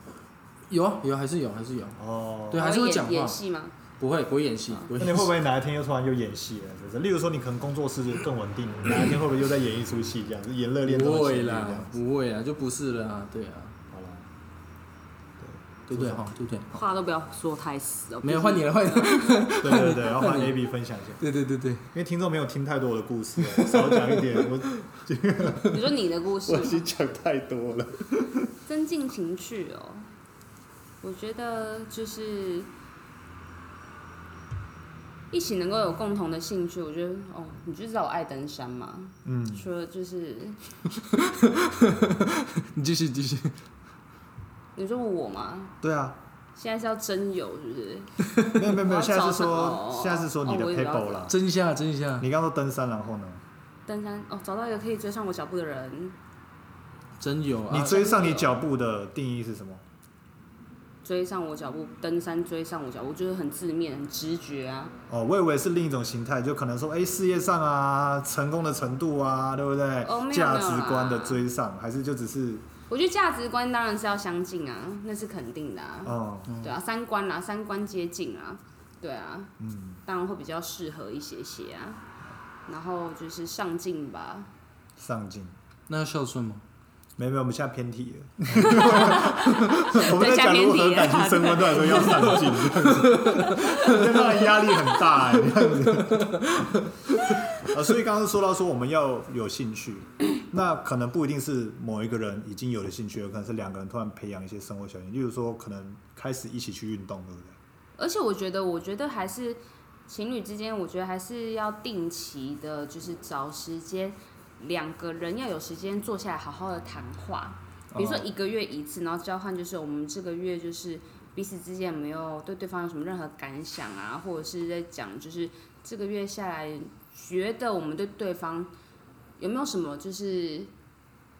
Speaker 3: 有啊有啊还是有还是有，
Speaker 2: 哦，
Speaker 3: 对还是会讲话
Speaker 1: 演演戏吗？
Speaker 3: 不会不会演戏，不
Speaker 2: 啊那
Speaker 3: 会
Speaker 2: 你
Speaker 3: 演
Speaker 2: 会
Speaker 3: 戏
Speaker 2: 不。会哪一天又突然又演戏了？就是，例如说你可能工作室更稳定，你哪一天会不会又在演一出戏这样子，演热恋中
Speaker 3: 不
Speaker 2: 的情
Speaker 3: 会
Speaker 2: 侣这
Speaker 3: 啦
Speaker 2: 样，子？
Speaker 3: 不会啦，就不是了啊，对啊，
Speaker 2: 好了，啊
Speaker 3: 对不对哈？对不对？
Speaker 1: 话都不要说太死哦。
Speaker 3: 没有换你了，换你了。
Speaker 2: 对对 对，要换 A B 分享一下，
Speaker 3: 对对对对，
Speaker 2: 因为听众没有听太多我的故事，少讲一点，我
Speaker 1: 毕竟，你说你的故事
Speaker 2: 我
Speaker 1: 吗
Speaker 2: 已，经讲太多了。
Speaker 1: 增进情趣哦。我觉得就是一起能够有共同的兴趣，我觉得哦，你就知道我爱登山嘛。
Speaker 2: 嗯，
Speaker 1: 除了就是
Speaker 3: 你继续继续。
Speaker 1: 你说我嘛，
Speaker 2: 对啊，
Speaker 1: 现在是要真有是不是？
Speaker 2: 没有没有没
Speaker 1: 我
Speaker 2: 有，
Speaker 1: 要
Speaker 2: 现在是
Speaker 1: 找什
Speaker 2: 说
Speaker 1: 么
Speaker 2: 现在是说你的
Speaker 1: 哦我以为
Speaker 2: paper
Speaker 1: 要
Speaker 2: 啦。
Speaker 3: 真下真啊下，
Speaker 2: 你刚说登山，然后呢？
Speaker 1: 登山哦，找到一个可以追上我脚步的人，
Speaker 3: 真有啊
Speaker 2: 你！追上你脚步的定义是什么？
Speaker 1: 追上我脚步，登山追上我脚步，就是很字面、很直觉啊。
Speaker 2: 哦，我以为是另一种形态，就可能说，哎，事业上啊，成功的程度啊，对不对？
Speaker 1: 哦没有没有
Speaker 2: 价
Speaker 1: 啦
Speaker 2: 值观的追上，还是就只是，
Speaker 1: 我觉得价值观当然是要相近啊，那是肯定的啊。
Speaker 2: 嗯
Speaker 1: 对啊，三观啦，三观接近啊，对啊，
Speaker 2: 嗯，
Speaker 1: 当然会比较适合一些些啊。然后就是上进吧，
Speaker 2: 上进。
Speaker 3: 那要孝顺吗？
Speaker 2: 没有没有，我们现在 偏题了。我们在讲如何感情升温，对来说要上进这样 子，这当然压力很大哎、这样子。呃，所以刚刚说到说我们要有兴趣，
Speaker 1: 嗯
Speaker 2: 那可能不一定是某一个人已经有了兴趣了，可能是两个人突然培养一些生活小习惯，例如说可能开始一起去运动，对不对？
Speaker 1: 而且我觉得，我觉得还是情侣之间，我觉得还是要定期的，就是找时间，两个人要有时间坐下来好好的谈话。比如说
Speaker 2: 哦
Speaker 1: 一个月一次，然后交换就是我们这个月就是彼此之间有没有对对方有什么任何感想啊，或者是在讲就是这个月下来觉得我们对对方有没有什么就是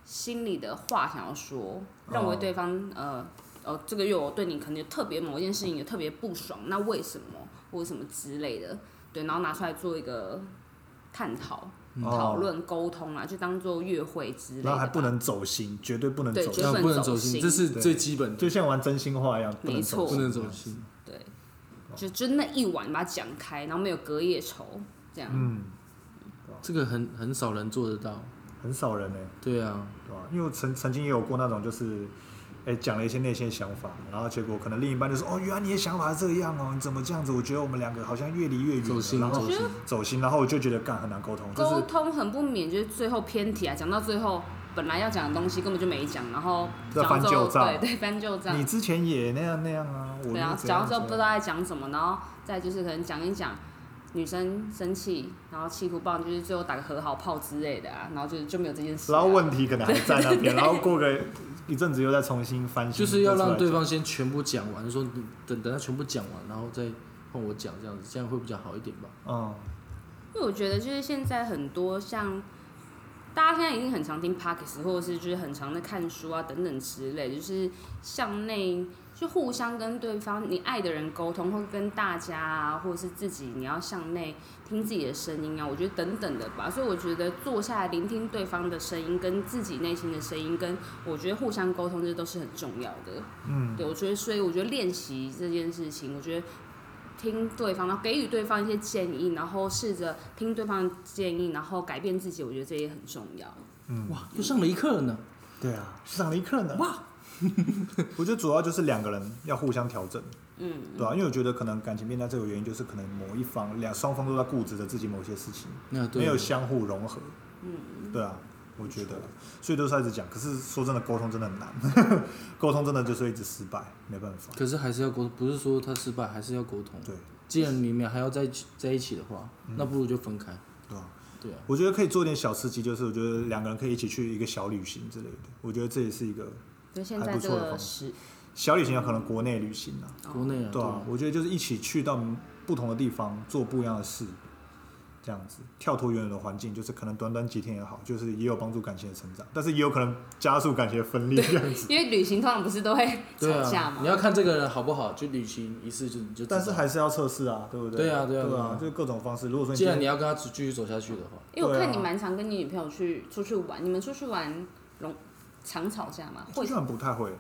Speaker 1: 心里的话想要说，认为对方、呃哦这个月我对你可能有特别某一件事情有特别不爽，那为什么或者什么之类的，对，然后拿出来做一个探讨、
Speaker 2: 哦
Speaker 1: 嗯讨论、沟通啊，就当做约会之类的吧。
Speaker 2: 然后还不能走心，绝对不能
Speaker 1: 对
Speaker 2: 走
Speaker 1: 绝
Speaker 2: 心
Speaker 1: 对，
Speaker 3: 那啊不能走心，
Speaker 1: 心
Speaker 3: 这是最基本的，
Speaker 2: 就像玩真心话一样，不能
Speaker 1: 没
Speaker 2: 走
Speaker 1: 错
Speaker 2: 心
Speaker 3: 不能走心。
Speaker 1: 对，就就那一晚把它讲开，然后没有隔夜仇这样。
Speaker 2: 嗯，
Speaker 3: 这个很很少人做得到。
Speaker 2: 很少人哎、
Speaker 3: 对啊，
Speaker 2: 对吧、因为我曾曾经也有过那种，就是，哎，讲了一些内心的想法，然后结果可能另一半就说，哦，原来你的想法是这样哦，你怎么这样子？我觉得我们两个好像越离越远了，
Speaker 3: 走心
Speaker 2: 啊然后
Speaker 3: 走心，
Speaker 2: 走心，然后我就觉得干很难沟通，就
Speaker 1: 沟
Speaker 2: 是
Speaker 1: 通很不免就是最后偏题啊，讲到最后本来要讲的东西根本就没讲，然后
Speaker 2: 在
Speaker 1: 讲
Speaker 2: 翻
Speaker 1: 到最后
Speaker 2: 旧账
Speaker 1: 对对翻旧账
Speaker 2: 你，之前也那样那样啊，我
Speaker 1: 对啊，
Speaker 2: 就这
Speaker 1: 讲
Speaker 2: 样
Speaker 1: 到最后不
Speaker 2: 这
Speaker 1: 知
Speaker 2: 样
Speaker 1: 道在讲什么，然后再就是可能讲一讲。女生生气，然后气哭棒，就是最后打个和好炮之类的啊，然后就就没有这件事、啊。
Speaker 2: 然后问题可能还在那边，然后过个一阵子又再重新翻新，
Speaker 3: 就是要让
Speaker 2: 再出
Speaker 3: 对
Speaker 2: 来
Speaker 3: 方先全部讲完，说你等等他全部讲完，然后再换我讲，这样子这样会比较好一点吧。
Speaker 2: 讲，
Speaker 1: 因为我觉得就是现在很多像大家现在一定很常听 podcast，或者是就是很常在看书啊等等之类，就是向内就互相跟对方你爱的人沟通，或跟大家啊，或者是自己你要向内听自己的声音啊，我觉得等等的吧。所以我觉得坐下来聆听对方的声音，跟自己内心的声音，跟我觉得互相沟通，这都是很重要的。
Speaker 2: 嗯
Speaker 1: 对，我觉得，所以我觉得练习这件事情，我觉得听对方，然后给予对方一些建议，然后试着听对方的建议，然后改变自己，我觉得这也很重要。
Speaker 2: 嗯嗯，
Speaker 3: 哇，又上了一课了呢。
Speaker 2: 对啊，上了一课呢，
Speaker 3: 哇，
Speaker 2: 我觉得主要就是两个人要互相调整。
Speaker 1: 嗯，
Speaker 2: 对啊，因为我觉得可能感情变淡这个原因就是可能某一方两双方都在固执着自己某些事情，
Speaker 3: 那啊对
Speaker 2: 没有相互融合。嗯，对啊，我觉得啦，所以都是一直讲。可是说真的，沟通真的很难， 沟通真的就是一直失败，没办法。
Speaker 3: 可是还是要沟，不是说他失败，还是要沟通。
Speaker 2: 对，
Speaker 3: 既然你们还要在一起在一起的话，
Speaker 2: 嗯
Speaker 3: 那不如就分开。
Speaker 2: 对啊，
Speaker 3: 对啊，
Speaker 2: 我觉得可以做点小刺激，就是我觉得两个人可以一起去一个小旅行之类的。我觉得这也是一个
Speaker 1: 就现
Speaker 2: 还
Speaker 1: 在
Speaker 2: 不
Speaker 1: 这
Speaker 2: 错的方
Speaker 1: 个
Speaker 2: 法
Speaker 1: 时，
Speaker 2: 小旅行，有可能国内旅行啊。
Speaker 1: 哦
Speaker 3: 国内啊，
Speaker 2: 对
Speaker 3: 对
Speaker 2: 啊
Speaker 3: 啊，
Speaker 2: 我觉得就是一起去到不同的地方做不一样的事，这样子跳脱原有的环境，就是可能短短几天也好，就是也有帮助感情的成长，但是也有可能加速感情的分 裂这样子。
Speaker 1: 因为旅行通常不是都会
Speaker 3: 对
Speaker 1: 吵架
Speaker 3: 啊，
Speaker 1: 嘛
Speaker 3: 你。要看这个人好不好，就旅行一次就你就知道。
Speaker 2: 但是还是要测试啊，对不对？
Speaker 3: 对啊对啊
Speaker 2: 对
Speaker 3: 对
Speaker 2: 啊
Speaker 3: 啊，
Speaker 2: 就是各种方式。如果说你
Speaker 3: 既然
Speaker 2: 今
Speaker 3: 你
Speaker 2: 天
Speaker 3: 要跟他继续走下去的话，
Speaker 1: 因为我
Speaker 2: 对啊
Speaker 1: 看你蛮常跟你女朋友去出去玩，你们出去玩容常吵架吗？
Speaker 2: 基
Speaker 1: 会，
Speaker 2: 本上不太会，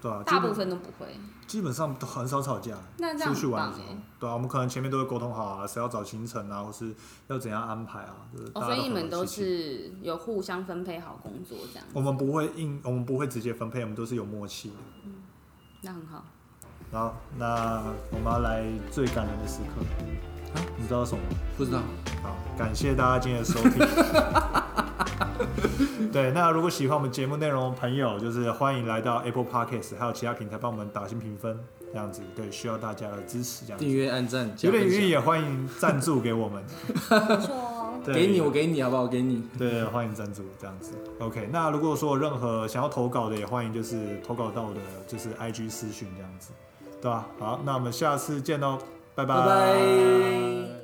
Speaker 2: 对啊，基
Speaker 1: 大部
Speaker 2: 本
Speaker 1: 分都不会。
Speaker 2: 基本上都很少吵架。
Speaker 1: 那这样
Speaker 2: 出去
Speaker 1: 很
Speaker 2: 玩
Speaker 1: 棒
Speaker 2: 的时
Speaker 1: 哎
Speaker 2: 候。，对啊，我们可能前面都会沟通好啊，谁要找行程啊，或是要怎样安排啊。就是
Speaker 1: 哦，
Speaker 2: 大家
Speaker 1: 所以
Speaker 2: 都
Speaker 1: 你
Speaker 2: 很
Speaker 1: 们
Speaker 2: 有
Speaker 1: 都
Speaker 2: 信心
Speaker 1: 是有互相分配好工作这样，
Speaker 2: 我们不会硬，我们不会直接分配，我们都是有默契的。
Speaker 1: 那很好。
Speaker 2: 好，那我们要来最感人的时刻啊，你知道什么吗？
Speaker 3: 不知道
Speaker 2: 好，感谢大家今天的收听。 对，那如果喜欢我们节目内容的朋友，就是欢迎来到 Apple Podcast，还有其他平台帮我们打新评分，这样子，对，需要大家的支持，这样
Speaker 3: 订
Speaker 2: 子。
Speaker 3: 阅、按赞、加
Speaker 2: 有点
Speaker 3: 分享
Speaker 2: 余也欢迎赞助给我们，
Speaker 1: 没错哦。
Speaker 2: 对
Speaker 3: 给你，我给你，好不好？给你。
Speaker 2: 对，欢迎赞助这样子。OK，那如果说有任何想要投稿的，也欢迎就是投稿到我的就是 IG 私讯这样子，对吧、好，那我们下次见喽，拜
Speaker 3: 拜拜